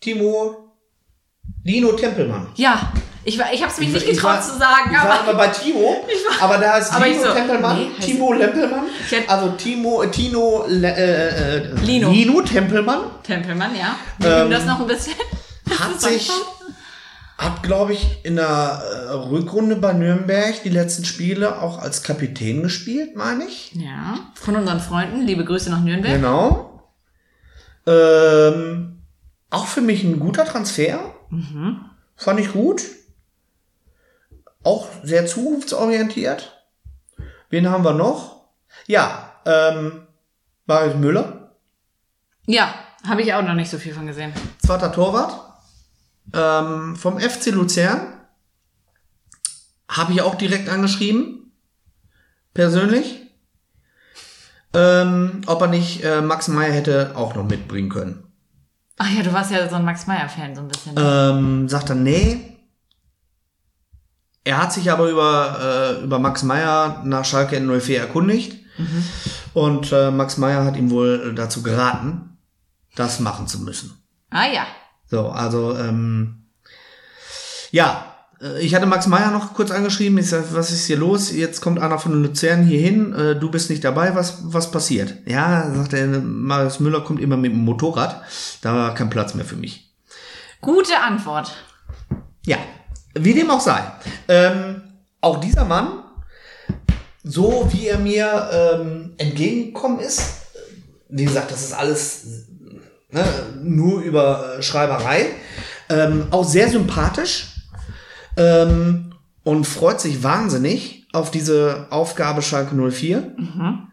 Timo, Lino Tempelmann.
Ja, ich, war- ich habe es mich nicht
Ich
getraut
war-
zu sagen,
Ich war
aber
aber bei Timo, aber da heißt
aber
Timo
ich so,
Tempelmann,
nee, heißt-
Timo Lempelmann,
Ich hätte-
also Timo, äh, Tino, Le, äh, äh,
Lino.
Lino Tempelmann
Tempelmann, ja. Wir
Ähm.
üben das noch ein bisschen.
hat sich, hat glaube ich in der äh, Rückrunde bei Nürnberg die letzten Spiele auch als Kapitän gespielt, meine ich.
Ja, von unseren Freunden. Liebe Grüße nach Nürnberg.
Genau. Ähm, auch für mich ein guter Transfer. Fand ich gut. Auch sehr zukunftsorientiert. Wen haben wir noch? Ja, ähm, Marius Müller,
Ja, habe ich auch noch nicht so viel von gesehen.
zweiter Torwart ähm, vom FC Luzern. Habe ich auch direkt angeschrieben. Persönlich. Ähm, ob er nicht äh, Max Meyer hätte auch noch mitbringen können.
Ach ja, du warst ja so ein Max Meyer Fan so ein bisschen.
Ähm, sagt er, nee. Er hat sich aber über, äh, über Max Meyer nach Schalke 04 erkundigt. Und äh, Max Meyer hat ihm wohl äh, dazu geraten, das machen zu müssen.
Ah ja.
So, also, ähm, ja, äh, ich hatte Max Meyer noch kurz angeschrieben. Ich sag, was ist hier los? Jetzt kommt einer von Luzern hier hin. Äh, du bist nicht dabei. Was, was passiert? Ja, sagt er, Marius Müller kommt immer mit dem Motorrad. Da war kein Platz mehr für mich.
Gute Antwort.
Ja, wie dem auch sei. Ähm, auch dieser Mann, so wie er mir ähm, entgegengekommen ist, äh, wie gesagt, das ist alles ne, nur über äh, Schreiberei, ähm, auch sehr sympathisch ähm, und freut sich wahnsinnig auf diese Aufgabe Schalke 04
Mhm.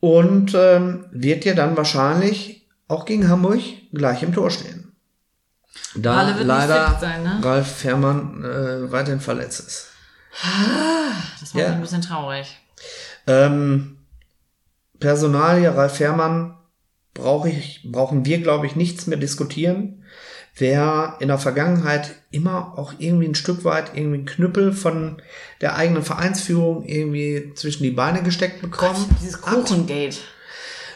und ähm, wird ja dann wahrscheinlich auch gegen Hamburg gleich im Tor stehen. Da
Alle wird nicht
leider
fit sein, ne?
Ralf Fährmann äh, weiterhin verletzt ist.
Das macht
Ja.
mich ein bisschen traurig.
Ähm, Personalie Ralf Fährmann brauche ich, brauchen wir, glaube ich, nichts mehr diskutieren. Wer in der Vergangenheit immer auch irgendwie ein Stück weit irgendwie einen Knüppel von der eigenen Vereinsführung irgendwie zwischen die Beine gesteckt bekommt.
Dieses
hat-
Kuchengate.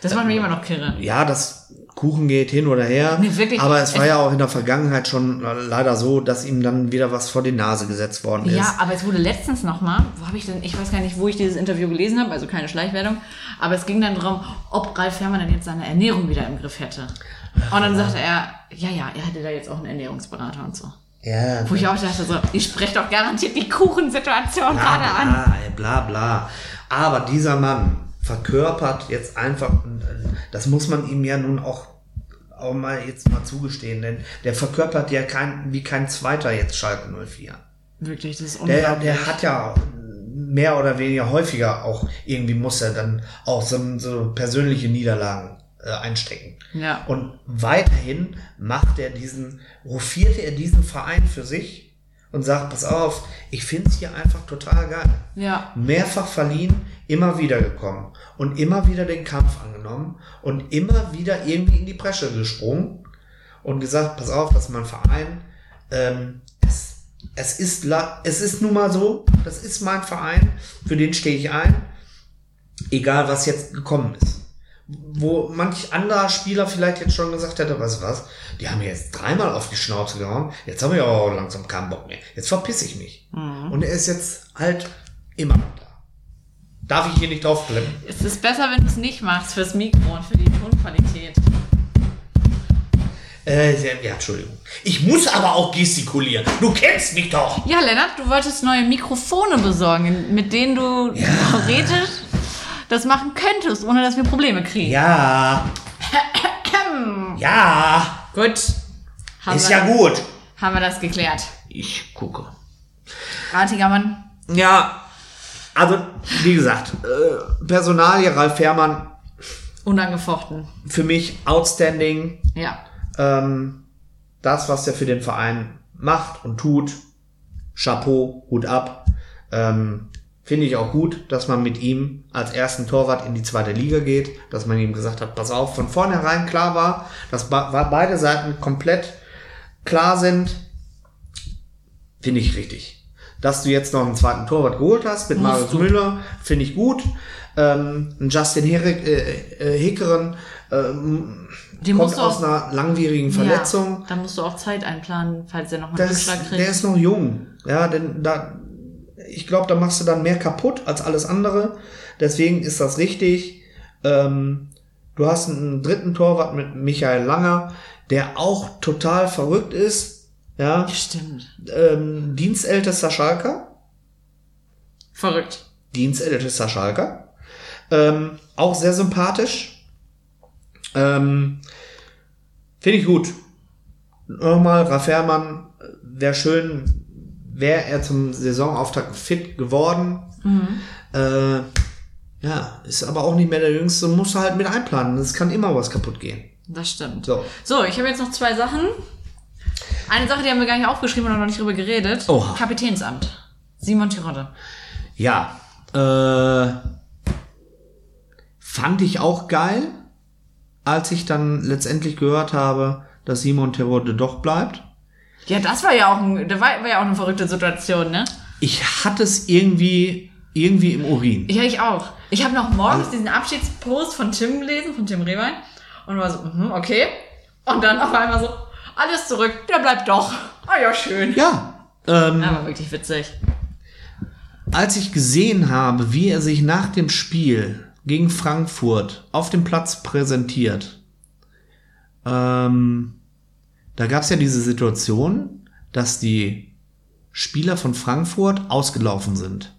Das macht mich immer noch kirre.
Ja, das Kuchen geht hin oder her.
Nee, wirklich.
aber es war ja auch in der Vergangenheit schon leider so, dass ihm dann wieder was vor die Nase gesetzt worden ist.
Ja, aber es wurde letztens nochmal, wo habe ich denn, ich weiß gar nicht, wo ich dieses Interview gelesen habe, also keine Schleichwerbung, aber es ging dann darum, ob Ralf Fährmann denn jetzt seine Ernährung wieder im Griff hätte. Und dann sagte er, ja, ja, er hatte da jetzt auch einen Ernährungsberater und so.
ja
Wo ich auch dachte, so, ich spreche doch garantiert die Kuchensituation
bla,
gerade an.
bla, Ah, ey, bla bla. Aber dieser Mann verkörpert jetzt einfach, das muss man ihm ja nun auch, auch mal jetzt mal zugestehen, denn der verkörpert ja kein, wie kein zweiter jetzt Schalke 04.
Wirklich, das ist
Der,
unglaublich.
der hat ja mehr oder weniger häufiger auch irgendwie muss er dann auch so, so persönliche Niederlagen äh, einstecken.
Ja.
Und weiterhin macht er diesen, rufiert er diesen Verein für sich und sagt, pass auf, ich find's hier einfach total geil
ja.
mehrfach verliehen, immer wieder gekommen und immer wieder den Kampf angenommen und immer wieder irgendwie in die Bresche gesprungen und gesagt, pass auf, das ist mein Verein. Ähm, es, es, ist, la- es ist nun mal so, das ist mein Verein, für den stehe ich ein, egal was jetzt gekommen ist. Wo manch anderer Spieler vielleicht jetzt schon gesagt hätte, was was, die haben mir jetzt dreimal auf die Schnauze gehauen, jetzt habe ich auch langsam keinen Bock mehr, jetzt verpiss ich mich.
Mhm.
Und er ist jetzt halt immer noch da. Darf ich hier nicht draufklemmen?
Es ist besser, wenn du es nicht machst fürs Mikro und für die Tonqualität.
Äh, ja, ja, Entschuldigung. Ich muss aber auch gestikulieren. Du kennst mich doch.
Ja, Lennart, du wolltest neue Mikrofone besorgen, mit denen du theoretisch das machen könntest, ohne dass wir Probleme kriegen.
Ja. ja.
Gut. Haben,
Ist
wir,
ja gut.
haben wir das geklärt.
Ich gucke.
Ratiger Mann.
Ja. Also, wie gesagt, äh, Personalie Ralf Fährmann
Unangefochten.
für mich outstanding.
Ja.
Ähm, das, was er für den Verein macht und tut, Chapeau, Hut ab. Ähm, Finde ich auch gut, dass man mit ihm als ersten Torwart in die zweite Liga geht, dass man ihm gesagt hat, pass auf, von vornherein klar war, dass be war- beide Seiten komplett klar sind. Finde ich richtig. Dass du jetzt noch einen zweiten Torwart geholt hast mit
Musst
Marius
du.
Müller, finde ich gut. Ähm, ein Justin Herrick, äh, äh, Hickeren ähm,
Den
kommt
musst du
aus
auch-
einer langwierigen Verletzung.
Ja, dann musst du auch Zeit einplanen, falls er noch einen
Der ist,
Rückschlag
der
kriegt.
ist noch jung. Ja, denn da, ich glaube, da machst du dann mehr kaputt als alles andere. Deswegen ist das richtig. Ähm, du hast einen dritten Torwart mit Michael Langer, der auch total verrückt ist. Ja,
Stimmt.
ähm, dienstältester Schalker.
Verrückt.
dienstältester Schalker. Ähm, auch sehr sympathisch. Ähm, Finde ich gut. Nochmal, Ralf Herrmann, wäre schön, wäre er zum Saisonauftakt fit geworden. Äh, ja, ist aber auch nicht mehr der Jüngste, muss halt mit einplanen. Es kann immer was kaputt gehen.
Das stimmt.
So.
So, ich habe jetzt noch zwei Sachen. Eine Sache, die haben wir gar nicht aufgeschrieben und noch nicht drüber geredet.
Oha.
Kapitänsamt. Simon Tirotte.
Ja, äh, fand ich auch geil, als ich dann letztendlich gehört habe, dass Simon Terodde doch bleibt.
Ja, das war ja auch, ein, da war, war ja auch eine verrückte Situation, ne?
Ich hatte es irgendwie irgendwie im Urin.
Ja, ich auch. Ich habe noch morgens
Äh.
diesen Abschiedspost von Tim gelesen, von Tim Rehwein. Und war so, mhm, okay. Und dann auf einmal so, alles zurück, der bleibt doch. Ah ja, schön.
Ja. Ähm,
Aber wirklich witzig.
als ich gesehen habe, wie er sich nach dem Spiel gegen Frankfurt auf dem Platz präsentiert, ähm, da gab es ja diese Situation, dass die Spieler von Frankfurt ausgelaufen sind.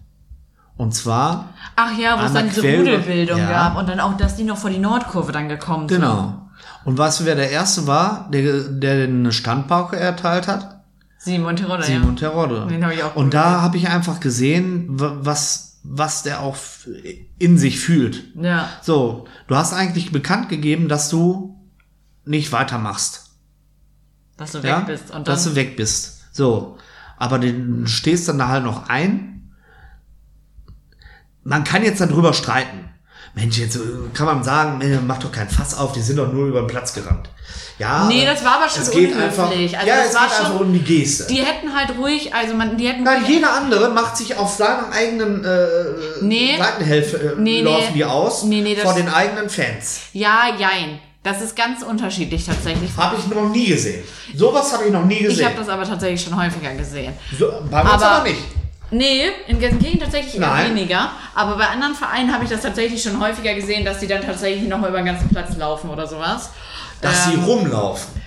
Und zwar,
Ach ja, wo es
Einmal
dann diese
quer über-
Rudelbildung
Ja.
gab und dann auch, dass die noch vor die Nordkurve dann gekommen sind.
genau. Und weißt du, wer der Erste war, der, der eine Standpauke erteilt hat?
Simon Terodde, ja.
Simon Terodde.
Den hab ich auch
und da habe ich einfach gesehen, wa- was, was der auch f- in sich fühlt.
Ja.
So, du hast eigentlich bekannt gegeben, dass du nicht weitermachst.
Dass du
ja?
weg bist. Und
dass
dann,
du weg bist. So. Aber du stehst dann da halt noch ein. Man kann jetzt darüber streiten. Mensch, jetzt äh, kann man sagen, äh, mach doch kein Fass auf, die sind doch nur über den Platz gerannt. Ja.
Nee, das war aber schon
es geht
unhöflich.
einfach,
Also
ja,
das
es
war
geht
schon-
einfach um die Geste.
die hätten halt ruhig, also man, die hätten.
Nein, jeder andere macht sich auf seinen eigenen äh,
Nee.
Seitenhälfte äh,
Nee, nee.
laufen die aus
Nee, nee, das-
vor den eigenen Fans.
ja, jein. Das ist ganz unterschiedlich tatsächlich.
Habe ich noch nie gesehen. Sowas habe ich noch nie
Ich habe
gesehen.
das aber tatsächlich schon häufiger gesehen.
so, bei uns aber,
aber-
nicht.
Nee, in Gelsenkirchen tatsächlich eher
Nein.
weniger. Aber bei anderen Vereinen habe ich das tatsächlich schon häufiger gesehen, dass die dann tatsächlich nochmal über den ganzen Platz laufen oder sowas.
Dass
Ähm,
sie rumlaufen.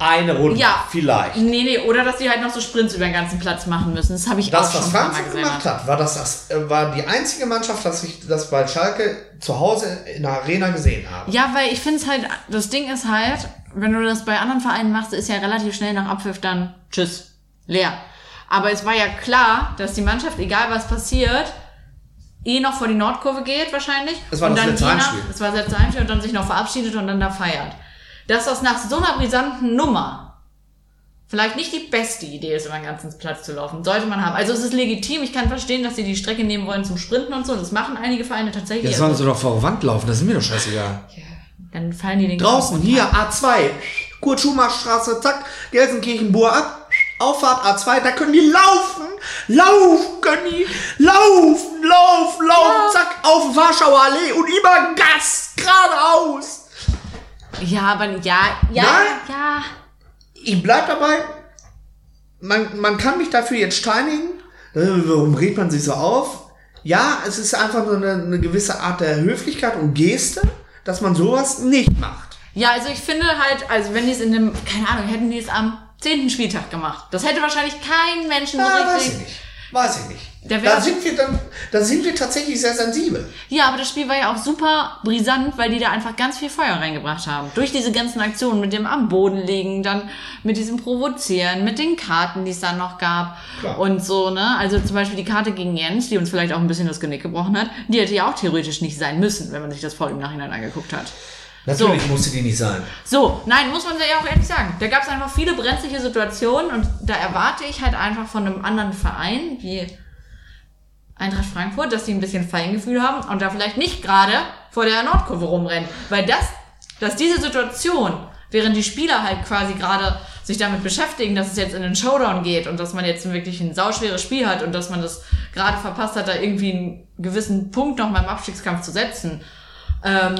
Eine Runde
Ja.
vielleicht.
Nee, nee, oder dass die halt noch so Sprints über den ganzen Platz machen müssen. Das habe ich
Das,
auch
was
schon ein paar Mal
Frankfurt
gesehen.
gemacht hat, war das, das äh, war die einzige Mannschaft, dass ich das bei Schalke zu Hause in der Arena gesehen habe.
Ja, weil ich finde es halt, das Ding ist halt, wenn du das bei anderen Vereinen machst, ist ja relativ schnell nach Abpfiff dann tschüss, leer. Aber es war ja klar, dass die Mannschaft, egal was passiert, eh noch vor die Nordkurve geht wahrscheinlich.
Es war
und
das
dann
letzte
je nach-
Heimspiel.
Es war das letzte Heimspiel und dann sich noch verabschiedet und dann da feiert. Dass das nach so einer brisanten Nummer vielleicht nicht die beste Idee ist, über den ganzen Platz zu laufen. Sollte man haben. Also es ist legitim. Ich kann verstehen, dass sie die Strecke nehmen wollen zum Sprinten und so. Das machen einige Vereine tatsächlich. Also-
sie doch vor der Wand laufen, das ist mir doch scheißegal.
ja, dann fallen die den
Draußen, hier, A2. Kurt-Schumacher-Straße, zack, Gelsenkirchen-Bur ab. Auffahrt A2, da können die laufen. Laufen können die. Laufen, laufen, laufen. Zack, auf Warschauer Allee und über Gas, geradeaus.
Ja, aber ja, ja,
Nein?
ja.
Ich bleib dabei. Man, man kann mich dafür jetzt steinigen. Äh, Warum regt man sich so auf? Ja, es ist einfach so eine, eine gewisse Art der Höflichkeit und Geste, dass man sowas nicht macht.
Ja, also ich finde halt, also wenn die es in dem, keine Ahnung, hätten die es am 10. Spieltag gemacht. Das hätte wahrscheinlich kein Menschen so
Ja, weiß ich
richtig.
nicht. Weiß ich nicht.
Da wär-
Da sind wir dann, da sind wir tatsächlich sehr sensibel.
Ja, aber das Spiel war ja auch super brisant, weil die da einfach ganz viel Feuer reingebracht haben. Durch diese ganzen Aktionen mit dem am Boden legen, dann mit diesem Provozieren, mit den Karten, die es dann noch gab
Klar.
und so, ne? Also zum Beispiel die Karte gegen Jens, die uns vielleicht auch ein bisschen das Genick gebrochen hat, die hätte ja auch theoretisch nicht sein müssen, wenn man sich das voll im Nachhinein angeguckt hat.
Natürlich musste die nicht sein.
So, nein, muss man ja auch ehrlich sagen. Da gab es einfach viele brenzliche Situationen und da erwarte ich halt einfach von einem anderen Verein wie Eintracht Frankfurt, dass die ein bisschen Feingefühl haben und da vielleicht nicht gerade vor der Nordkurve rumrennen. Weil das, dass diese Situation, während die Spieler halt quasi gerade sich damit beschäftigen, dass es jetzt in den Showdown geht und dass man jetzt wirklich ein sauschweres Spiel hat und dass man das gerade verpasst hat, da irgendwie einen gewissen Punkt noch mal im Abstiegskampf zu setzen, ähm,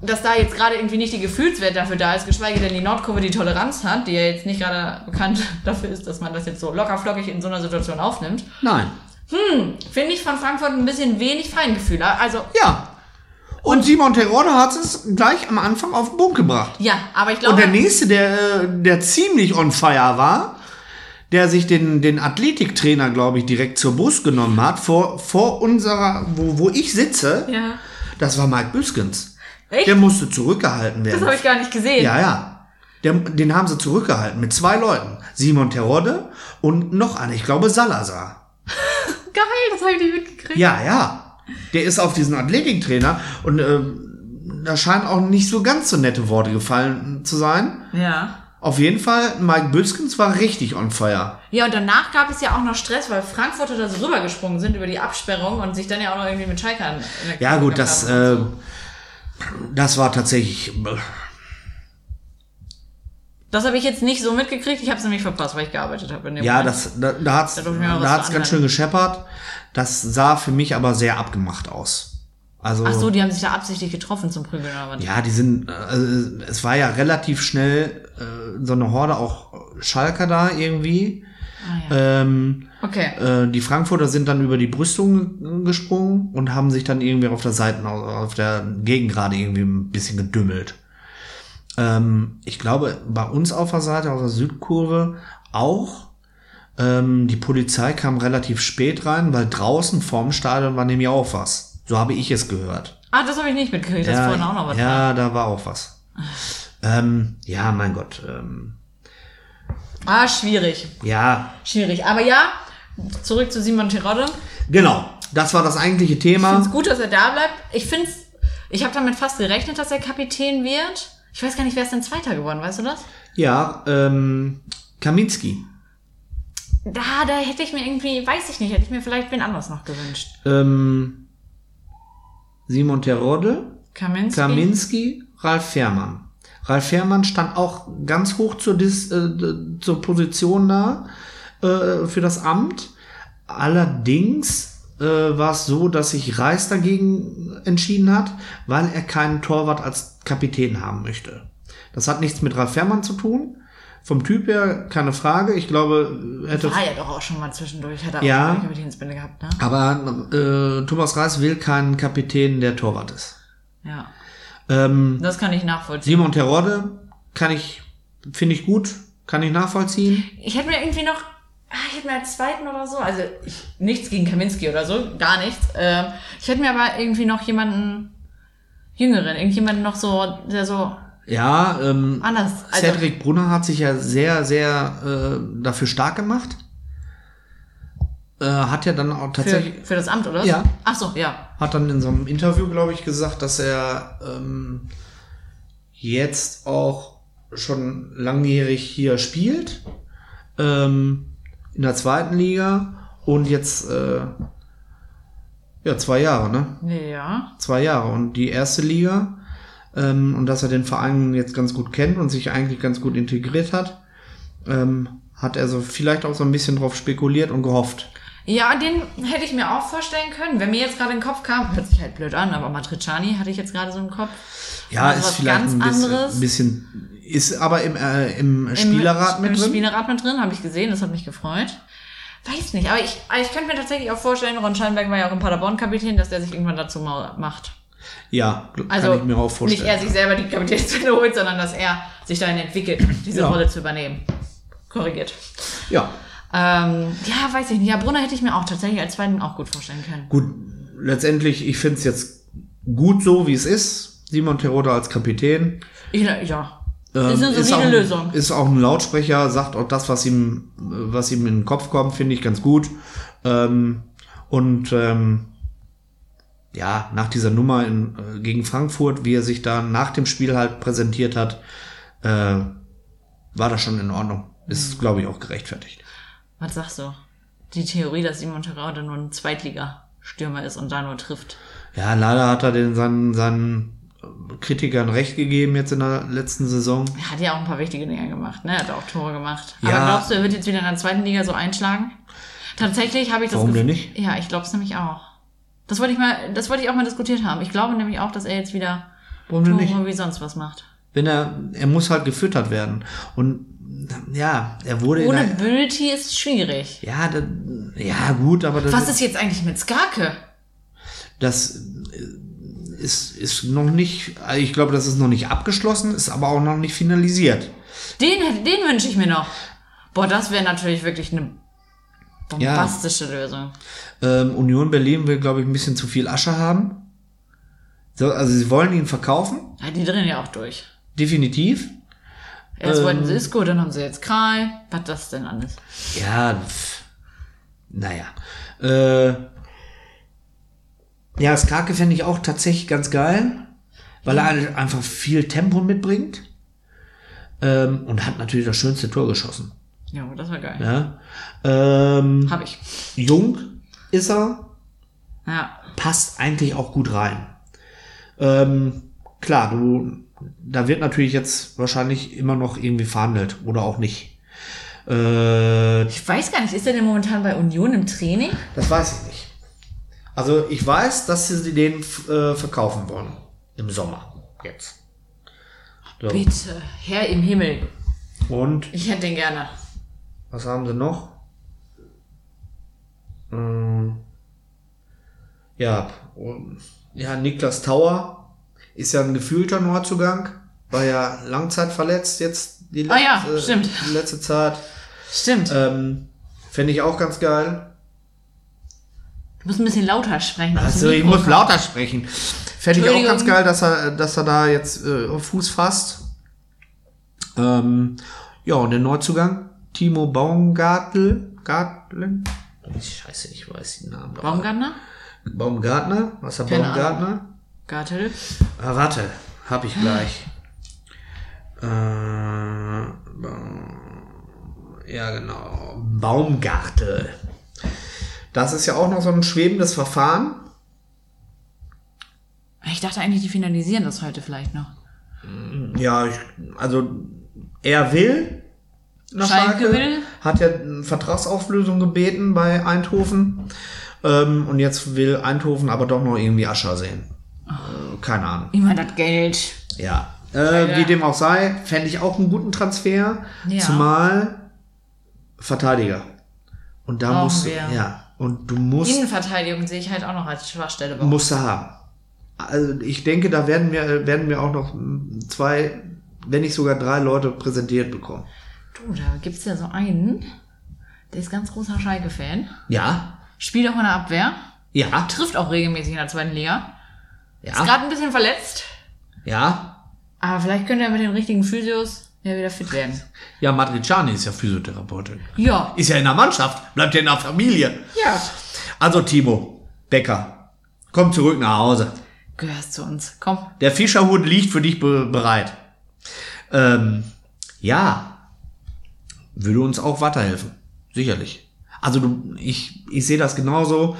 dass da jetzt gerade irgendwie nicht die Gefühlswert dafür da ist, geschweige denn die Nordkurve die Toleranz hat, die ja jetzt nicht gerade bekannt dafür ist, dass man das jetzt so lockerflockig in so einer Situation aufnimmt,
Nein.
finde ich von Frankfurt ein bisschen wenig Feingefühl. Also,
Ja. Und Simon Terodde hat es gleich am Anfang auf den Punkt gebracht.
ja, aber ich
Und der
glaube,
nächste, der, äh, der ziemlich on fire war, der sich den, den Athletiktrainer, glaube ich, direkt zur Brust genommen hat, vor, vor unserer, wo, wo ich sitze,
ja.
das war Mike Büskens.
Echt?
Der musste zurückgehalten werden.
das habe ich gar nicht gesehen.
Ja, ja. Der, den haben sie zurückgehalten mit zwei Leuten. Simon Terodde und noch einer, ich glaube Salazar.
Geil, das habe ich nicht mitgekriegt.
Ja, ja. Der ist auf diesen Athletiktrainer und ähm, da scheinen auch nicht so ganz so nette Worte gefallen zu sein.
Ja.
Auf jeden Fall, Mike Büskens war richtig on fire.
Ja, und danach gab es ja auch noch Stress, weil Frankfurter da so rübergesprungen sind über die Absperrung und sich dann ja auch noch irgendwie mit Schalke an. in der
Ja
Kurve
gut,
gehabt
das, ähm,
haben.
äh, das war tatsächlich...
Das habe ich jetzt nicht so mitgekriegt. Ich habe es nämlich verpasst, weil ich gearbeitet habe. in dem
Ja,
Moment.
das, da, da hat's
Da
da
durfte ich mir was
hat's
zu
ganz
anhören.
schön gescheppert. Das sah für mich aber sehr abgemacht aus. Also,
Ach so, die haben sich da absichtlich getroffen zum Prügeln oder was?
ja, die sind, äh, es war ja relativ schnell äh, so eine Horde auch Schalker da irgendwie.
Ah, ja.
Ähm,
Okay.
äh, die Frankfurter sind dann über die Brüstung gesprungen und haben sich dann irgendwie auf der Seiten, auf der Gegengrade irgendwie ein bisschen gedümmelt. Ähm, ich glaube, bei uns auf der Seite, auf der Südkurve auch. Ähm, die Polizei kam relativ spät rein, weil draußen vorm Stadion war nämlich auch was. So habe ich es gehört.
Ah, das habe ich nicht mitgekriegt, dass vorhin auch noch was ne? war.
ja da war auch was. Ähm, ja, mein Gott. Ähm,
Ah, schwierig.
ja,
Schwierig. Aber ja, zurück zu Simon Terodde.
genau. Das war das eigentliche
Ich finde
Thema.
es gut, dass er da bleibt. Ich finde ich habe damit fast gerechnet, dass er Kapitän wird. Ich weiß gar nicht, wer ist denn Zweiter geworden, weißt du das?
Ja, ähm, Kaminski.
Da, da hätte ich mir irgendwie, weiß ich nicht, hätte ich mir vielleicht wen anders noch gewünscht.
Ähm, Simon Terodde,
Kaminski.
Kaminski, Ralf Fährmann. Ralf Fährmann stand auch ganz hoch zur, Dis, äh, d- zur Position da äh, für das Amt. Allerdings äh, war es so, dass sich Reis dagegen entschieden hat, weil er keinen Torwart als Kapitän haben möchte. Das hat nichts mit Ralf Fährmann zu tun. Vom Typ her keine Frage. Ich glaube, äh, hätte
War ja doch auch schon mal zwischendurch, hat er
Ja.
auch schon mal Kapitänsbinde gehabt, ne?
Aber äh, Thomas Reis will keinen Kapitän, der Torwart ist.
Ja.
Ähm,
Das kann ich nachvollziehen.
Simon Terodde kann ich, finde ich gut, kann ich nachvollziehen.
Ich hätte mir irgendwie noch, ah, ich hätte mir als Zweiten oder so, also ich, nichts gegen Kaminski oder so, gar nichts. Ähm, ich hätte mir aber irgendwie noch jemanden Jüngeren, irgendjemanden noch so, der so
Ja, ähm,
anders, also
Cedric Brunner hat sich ja sehr, sehr äh, dafür stark gemacht. Äh, hat ja dann auch
für,
tatsächlich,
für das Amt, oder?
Ja.
Ach so, ja.
hat dann in so einem Interview, glaube ich, gesagt, dass er ähm, jetzt auch schon langjährig hier spielt, ähm, in der zweiten Liga und jetzt, äh, ja, zwei Jahre, ne?
Ja.
Zwei Jahre und die erste Liga ähm, und dass er den Verein jetzt ganz gut kennt und sich eigentlich ganz gut integriert hat, ähm, hat er so vielleicht auch so ein bisschen drauf spekuliert und gehofft.
Ja, den hätte ich mir auch vorstellen können. Wenn mir jetzt gerade in den Kopf kam, hört sich halt blöd an, aber Matriciani hatte ich jetzt gerade so im Kopf.
Ja,
Also
ist
was
vielleicht
ganz
ein bisschen,
anderes.
bisschen, ist aber im, äh, im Spielerrat
Im-
mit
im
drin.
Spielerrat mit drin, habe ich gesehen, das hat mich gefreut. Weiß nicht, aber ich, aber ich könnte mir tatsächlich auch vorstellen, Ron Scheinberg war ja auch im Paderborn Kapitän, dass der sich irgendwann dazu mal macht.
ja, gl-
Also
kann ich mir auch vorstellen.
nicht er sich selber die Kapitänsbinde holt, sondern dass er sich dahin entwickelt, diese
Ja.
Rolle zu übernehmen. Korrigiert.
ja,
Ähm, ja, weiß ich nicht. Ja, Brunner hätte ich mir auch tatsächlich als zweiten auch gut vorstellen können.
gut, letztendlich, ich finde es jetzt gut so, wie es ist. Simon Terodde als Kapitän.
Ich, ja.
Ähm,
ist also eine
auch
solide
ein,
Lösung.
Ist auch ein Lautsprecher, sagt auch das, was ihm, äh, was ihm in den Kopf kommt, finde ich ganz gut. Ähm, und ähm, ja, nach dieser Nummer in, äh, gegen Frankfurt, wie er sich da nach dem Spiel halt präsentiert hat, äh, war das schon in Ordnung.
Mhm.
Ist, glaube ich, auch gerechtfertigt.
Was sagst du? Die Theorie, dass Simon Terraude nur ein Zweitliga-Stürmer ist und da nur trifft.
Ja, leider hat er den seinen, seinen Kritikern recht gegeben jetzt in der letzten Saison.
Er hat ja auch ein paar wichtige Dinge gemacht, ne? Er hat auch Tore gemacht. Aber
Ja.
glaubst du, er wird jetzt wieder in der zweiten Liga so einschlagen? Tatsächlich habe ich das
Warum
Gefühl-
denn nicht?
Ja, ich glaube es nämlich auch. Das wollte ich mal, das wollte ich auch mal diskutiert haben. Ich glaube nämlich auch, dass er jetzt wieder
Warum denn
Tore
nicht?
wie sonst was macht.
Wenn er, er muss halt gefüttert werden. Und ja, er wurde
Ohne
in der,
Bülti ist schwierig.
Ja, da, ja gut, aber das,
Was ist jetzt eigentlich mit Skarke?
das äh, ist, ist noch nicht, also ich glaube, das ist noch nicht abgeschlossen, ist aber auch noch nicht finalisiert.
Den, hätte- den wünsche ich mir noch. Boah, das wäre natürlich wirklich eine bombastische Lösung.
Ähm, Union Berlin will, glaube ich, ein bisschen zu viel Asche haben. So, also sie wollen ihn verkaufen,
Ja, die drehen ja auch durch.
definitiv.
Erst
Ähm.
wollten sie Isco, dann haben sie jetzt Kral. Was das denn alles?
Ja, pf, naja. Äh, ja, Skarke fände ich auch tatsächlich ganz geil, weil er ein- einfach viel Tempo mitbringt ähm, und hat natürlich das schönste Tor geschossen.
Ja, das war geil.
Ja. Ähm,
Hab ich.
jung ist er,
Ja.
passt eigentlich auch gut rein. Ähm, klar, du da wird natürlich jetzt wahrscheinlich immer noch irgendwie verhandelt oder auch nicht. Äh,
Ich weiß gar nicht, ist er denn momentan bei Union im Training?
das weiß ich nicht. Also ich weiß, dass sie den äh, verkaufen wollen. Im Sommer. Jetzt. So.
Bitte, Herr im Himmel.
Und
Ich hätte den gerne.
Was haben sie noch? Ähm, ja, um, ja, Niklas Tauer ist ja ein gefühlter Neuzugang. War ja Langzeitverletzt jetzt die
Ah ja,
letzte-
stimmt.
Die letzte Zeit.
Stimmt.
Ähm, Fände ich auch ganz geil.
Du musst ein bisschen lauter sprechen. aus dem
Also ich
Mikro.
muss lauter sprechen. Fände ich auch
Entschuldigung.
ganz geil, dass er, dass er da jetzt äh, Fuß fasst. Ähm, ja, und der Neuzugang, Timo Baumgartel. Gartlen? Scheiße, ich weiß den Namen. doch.
Baumgartner?
Baumgartner? Was hat
Keine
Baumgartner?
Gartel?
Ah, warte, hab ich gleich. äh, Baum- ja, genau. Baumgartel. Das ist ja auch noch so ein schwebendes Verfahren.
Ich dachte eigentlich, die finalisieren das heute vielleicht noch.
Ja, ich, also er will. nach
Schalke will.
Hat ja eine Vertragsauflösung gebeten bei Eindhoven. Ähm, und jetzt will Eindhoven aber doch noch irgendwie Ascher sehen. Äh, keine Ahnung.
Immer das Geld.
Ja. Äh, wie dem auch sei, fände ich auch einen guten Transfer.
Ja.
Zumal Verteidiger. Und da
Brauchen
musst du,
wir.
ja. Und du musst,
Innenverteidigung sehe ich halt auch noch als Schwachstelle. bei uns.
musst du haben. Also ich denke, da werden wir, werden wir auch noch mm, zwei, wenn nicht sogar drei Leute präsentiert bekommen.
Du, da gibt's ja so einen, der ist ganz großer Schalke-Fan.
Ja.
Spielt auch in der Abwehr.
Ja.
Trifft auch regelmäßig in der zweiten Liga. Ist
Ja.
gerade ein bisschen verletzt.
Ja.
Aber vielleicht könnte er mit den richtigen Physios ja wieder fit werden.
Ja, Matriciani ist ja Physiotherapeutin.
Ja.
Ist ja in der Mannschaft, bleibt ja in der Familie.
Ja.
Also Timo, Becker, komm zurück nach Hause.
Gehörst zu uns. Komm.
Der Fischerhut liegt für dich be bereit. Ähm, ja, würde uns auch weiterhelfen. Sicherlich. Also du, ich, ich sehe das genauso.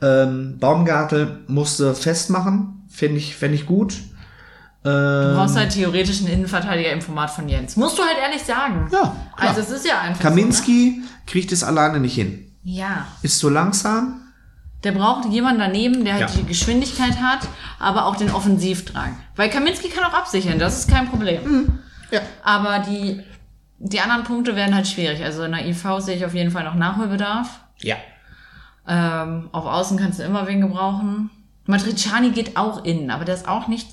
Ähm, Baumgartel musste festmachen. Finde ich, fänd ich gut.
Du
Ähm,
brauchst halt theoretisch einen Innenverteidiger im Format von Jens. Musst du halt ehrlich sagen.
Ja, klar.
Also es ist ja einfach So,
Kaminski kriegt es alleine nicht hin.
ne? Ja.
Ist zu langsam.
Der braucht jemanden daneben, der halt
Ja.
die Geschwindigkeit hat, aber auch den Offensivdrang. Weil Kaminski kann auch absichern, das ist kein Problem.
Mhm. Ja.
Aber die, die anderen Punkte werden halt schwierig. Also in der IV sehe ich auf jeden Fall noch Nachholbedarf.
Ja.
Ähm, auf Außen kannst du immer wen gebrauchen. Matriciani geht auch innen, aber der ist auch nicht.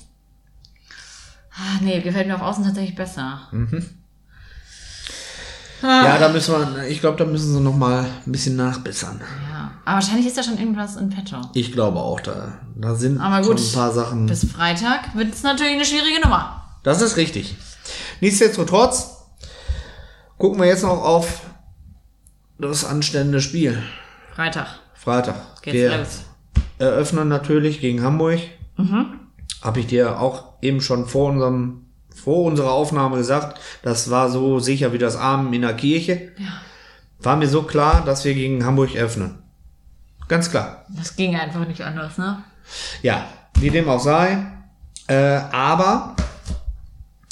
Ah, nee, gefällt mir auf Außen tatsächlich besser. Ah.
Ja, da müssen wir, ich glaube, da müssen sie noch mal ein bisschen nachbessern.
Ja. Aber wahrscheinlich ist da schon irgendwas in petto.
Ich glaube auch, da, da sind
Aber gut,
schon ein paar Sachen.
Bis Freitag wird es natürlich eine schwierige Nummer.
Das ist richtig. Nichtsdestotrotz gucken wir jetzt noch auf das anständige Spiel.
Freitag
Freitag.
geht's
wir
los.
eröffnen natürlich gegen Hamburg.
Mhm.
Habe ich dir auch eben schon vor unserem vor unserer Aufnahme gesagt, das war so sicher wie das Amen in der Kirche. War mir so klar, dass wir gegen Hamburg öffnen. Ganz klar.
Das ging einfach nicht anders, ne?
Ja, wie dem auch sei. Äh, aber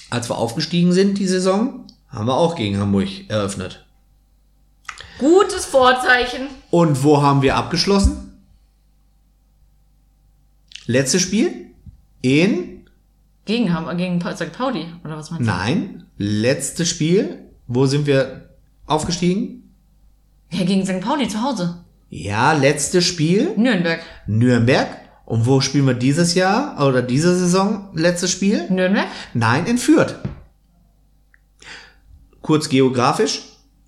als wir aufgestiegen sind die Saison, haben wir auch gegen Hamburg eröffnet.
Gutes Vorzeichen.
Und wo haben wir abgeschlossen? Letztes Spiel? In?
Gegen, Ham- gegen Pa- St. Pauli, oder was meinst du?
Nein. Letztes Spiel? Wo sind wir aufgestiegen?
Ja, gegen St. Pauli zu Hause.
Ja, letztes Spiel
Nürnberg.
Nürnberg. Und wo spielen wir dieses Jahr oder diese Saison letztes Spiel?
Nürnberg?
Nein, in Fürth. Kurz geografisch,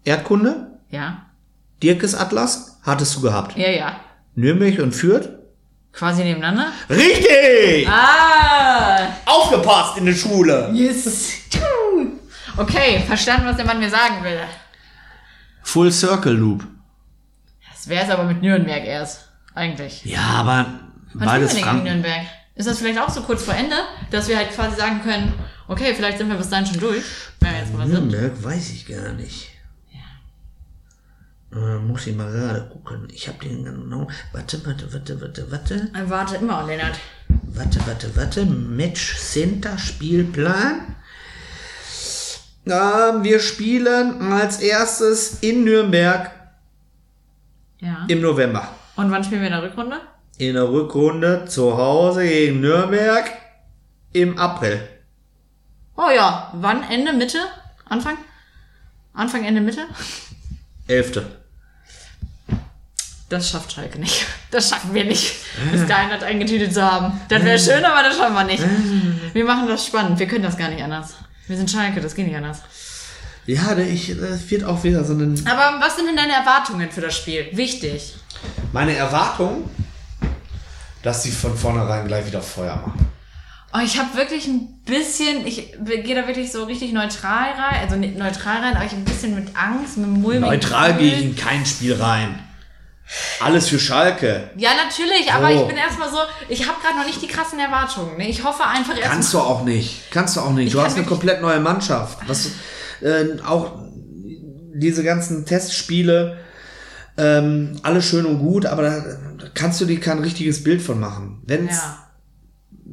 Erdkunde,
Ja.
Dirkes Atlas, hattest du gehabt.
Ja, ja.
Nürnberg und Fürth.
Quasi nebeneinander.
Richtig!
Ah!
Aufgepasst in der Schule!
Yes! Okay, verstanden, was der Mann mir sagen will.
Full Circle Loop.
Das wäre es aber mit Nürnberg erst. Eigentlich.
Ja, aber
Wann
beides
spielen wir denn gegen
Franken.
Nürnberg? Ist das vielleicht auch so kurz vor Ende, dass wir halt quasi sagen können, okay, vielleicht sind wir bis dahin schon durch, wenn wir jetzt mal sind.
Nürnberg weiß ich gar nicht. Äh, muss ich mal gerade gucken. Ich habe den genau. Warte, warte, warte, warte, warte.
Warte immer, Lennart.
Warte, warte, warte. Match Center Spielplan. Ähm, wir spielen als erstes in Nürnberg
Ja.
im November.
Und wann spielen wir in der Rückrunde?
In der Rückrunde zu Hause gegen Nürnberg im April.
Oh ja, wann? Ende, Mitte? Anfang? Anfang, Ende, Mitte?
11.
Das schafft Schalke nicht. Das schaffen wir nicht.
Äh.
Bis dahin hat eingetütet zu haben. Das wäre schön, aber das schaffen wir nicht.
Äh.
Wir machen das spannend. Wir können das gar nicht anders. Wir sind Schalke, das geht nicht anders.
Ja, der- ich, das wird auch wieder so ein.
Aber was sind denn deine Erwartungen für das Spiel? Wichtig.
Meine Erwartung, dass sie von vornherein gleich wieder Feuer machen.
Oh, ich habe wirklich ein bisschen, ich gehe da wirklich so richtig neutral rein, also nicht neutral rein, aber ich hab ein bisschen mit Angst, mit Mulmi.
Neutral gehe ich in kein Spiel rein. Alles für Schalke.
Ja, natürlich, aber
So.
ich bin erstmal so, ich habe gerade noch nicht die krassen Erwartungen. Ne? Ich hoffe einfach erstmal.
Kannst du auch nicht. Kannst du auch nicht.
Ich
Du
kann
hast eine
wirklich-
komplett neue Mannschaft. Was, äh, auch diese ganzen Testspiele, ähm, alles schön und gut, aber da, da kannst du dir kein richtiges Bild von machen. Wenn es
Ja.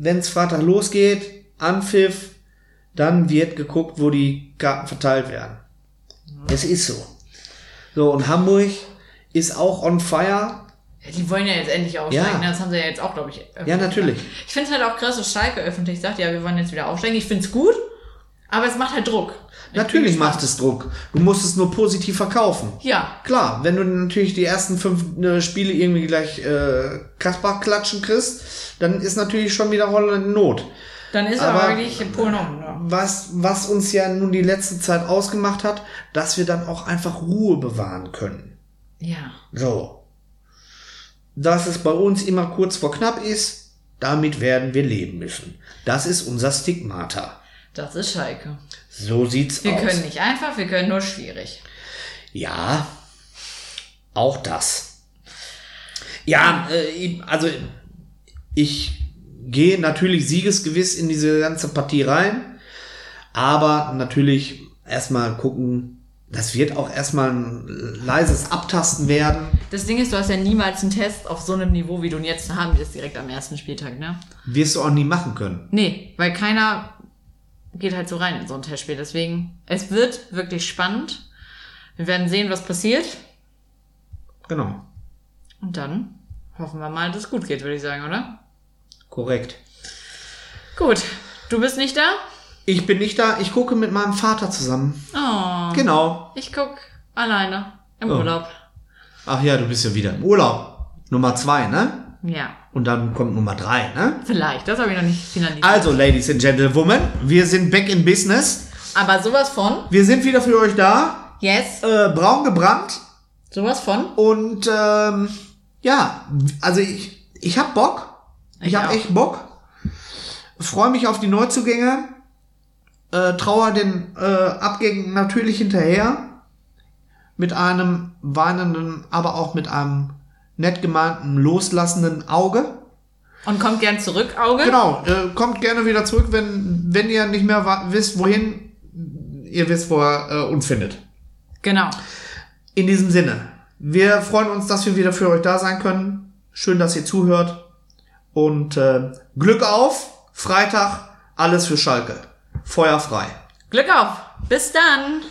wenn's Freitag losgeht, Anpfiff, dann wird geguckt, wo die Karten verteilt werden. Es ist so. So, und Hamburg ist auch on fire.
Die wollen ja jetzt endlich aufsteigen.
Ja.
ne? Das haben sie ja jetzt auch, glaube ich. öffentlich
Ja, natürlich.
gesagt. Ich finde es halt auch krass, dass Schalke öffentlich sagt, ja, wir wollen jetzt wieder aufsteigen. Ich finde es gut, aber es macht halt Druck. Ich
Natürlich
bin gespannt.
macht es Druck. Du musst es nur positiv verkaufen.
halt- Ja.
Klar, wenn du natürlich die ersten fünf äh, Spiele irgendwie gleich äh, Kasper klatschen kriegst, dann ist natürlich schon wieder Holland in Not.
Dann ist aber,
Aber-
wirklich Polen um. ne?
Was, was uns ja nun die letzte Zeit ausgemacht hat, dass wir dann auch einfach Ruhe bewahren können.
Ja.
So. Dass es bei uns immer kurz vor knapp ist, damit werden wir leben müssen. Das ist unser Stigmata.
Das ist Schalke.
So sieht's
Wir
aus.
können nicht einfach, wir können nur schwierig.
Ja, auch das. Ja, äh, ich- also ich gehe natürlich siegesgewiss in diese ganze Partie rein, aber natürlich erstmal gucken, das wird auch erstmal ein leises Abtasten werden.
Das Ding ist, du hast ja niemals einen Test auf so einem Niveau, wie du ihn jetzt haben wirst, direkt am ersten Spieltag, ne?
Wirst du auch nie machen können.
Nee, weil keiner geht halt so rein in so ein Testspiel. Deswegen, es wird wirklich spannend. Wir werden sehen, was passiert.
Genau,
Und dann hoffen wir mal, dass es gut geht, würde ich sagen, oder?
korrekt.
Gut. Du bist nicht da?
Ich bin nicht da, ich gucke mit meinem Vater zusammen.
Oh.
Genau.
Ich guck alleine im
Oh.
Urlaub.
Ach ja, du bist ja wieder im Urlaub. Nummer zwei, ne?
Ja,
Und dann kommt Nummer drei, ne?
vielleicht. Das habe ich noch nicht finalisiert.
Also, Ladies and Gentlewomen, wir sind back in business.
Aber sowas von.
Wir sind wieder für euch da.
Yes.
Äh, braun gebrannt.
Sowas von.
Und ähm, ja, also ich, ich hab Bock. Ich
Ich
hab
auch.
echt Bock. Freue mich auf die Neuzugänge. Äh, trauer den äh, Abgängen natürlich hinterher. Mit einem weinenden, aber auch mit einem nett gemeinten, loslassenden Auge.
Und kommt gern zurück, Auge.
Genau, äh, kommt gerne wieder zurück, wenn, wenn ihr nicht mehr wa- wisst, wohin. Ihr wisst, wo ihr äh, uns findet.
Genau.
In diesem Sinne, wir freuen uns, dass wir wieder für euch da sein können. Schön, dass ihr zuhört. Und äh, Glück auf, Freitag, alles für Schalke. Feuer frei.
Glück auf. Bis dann.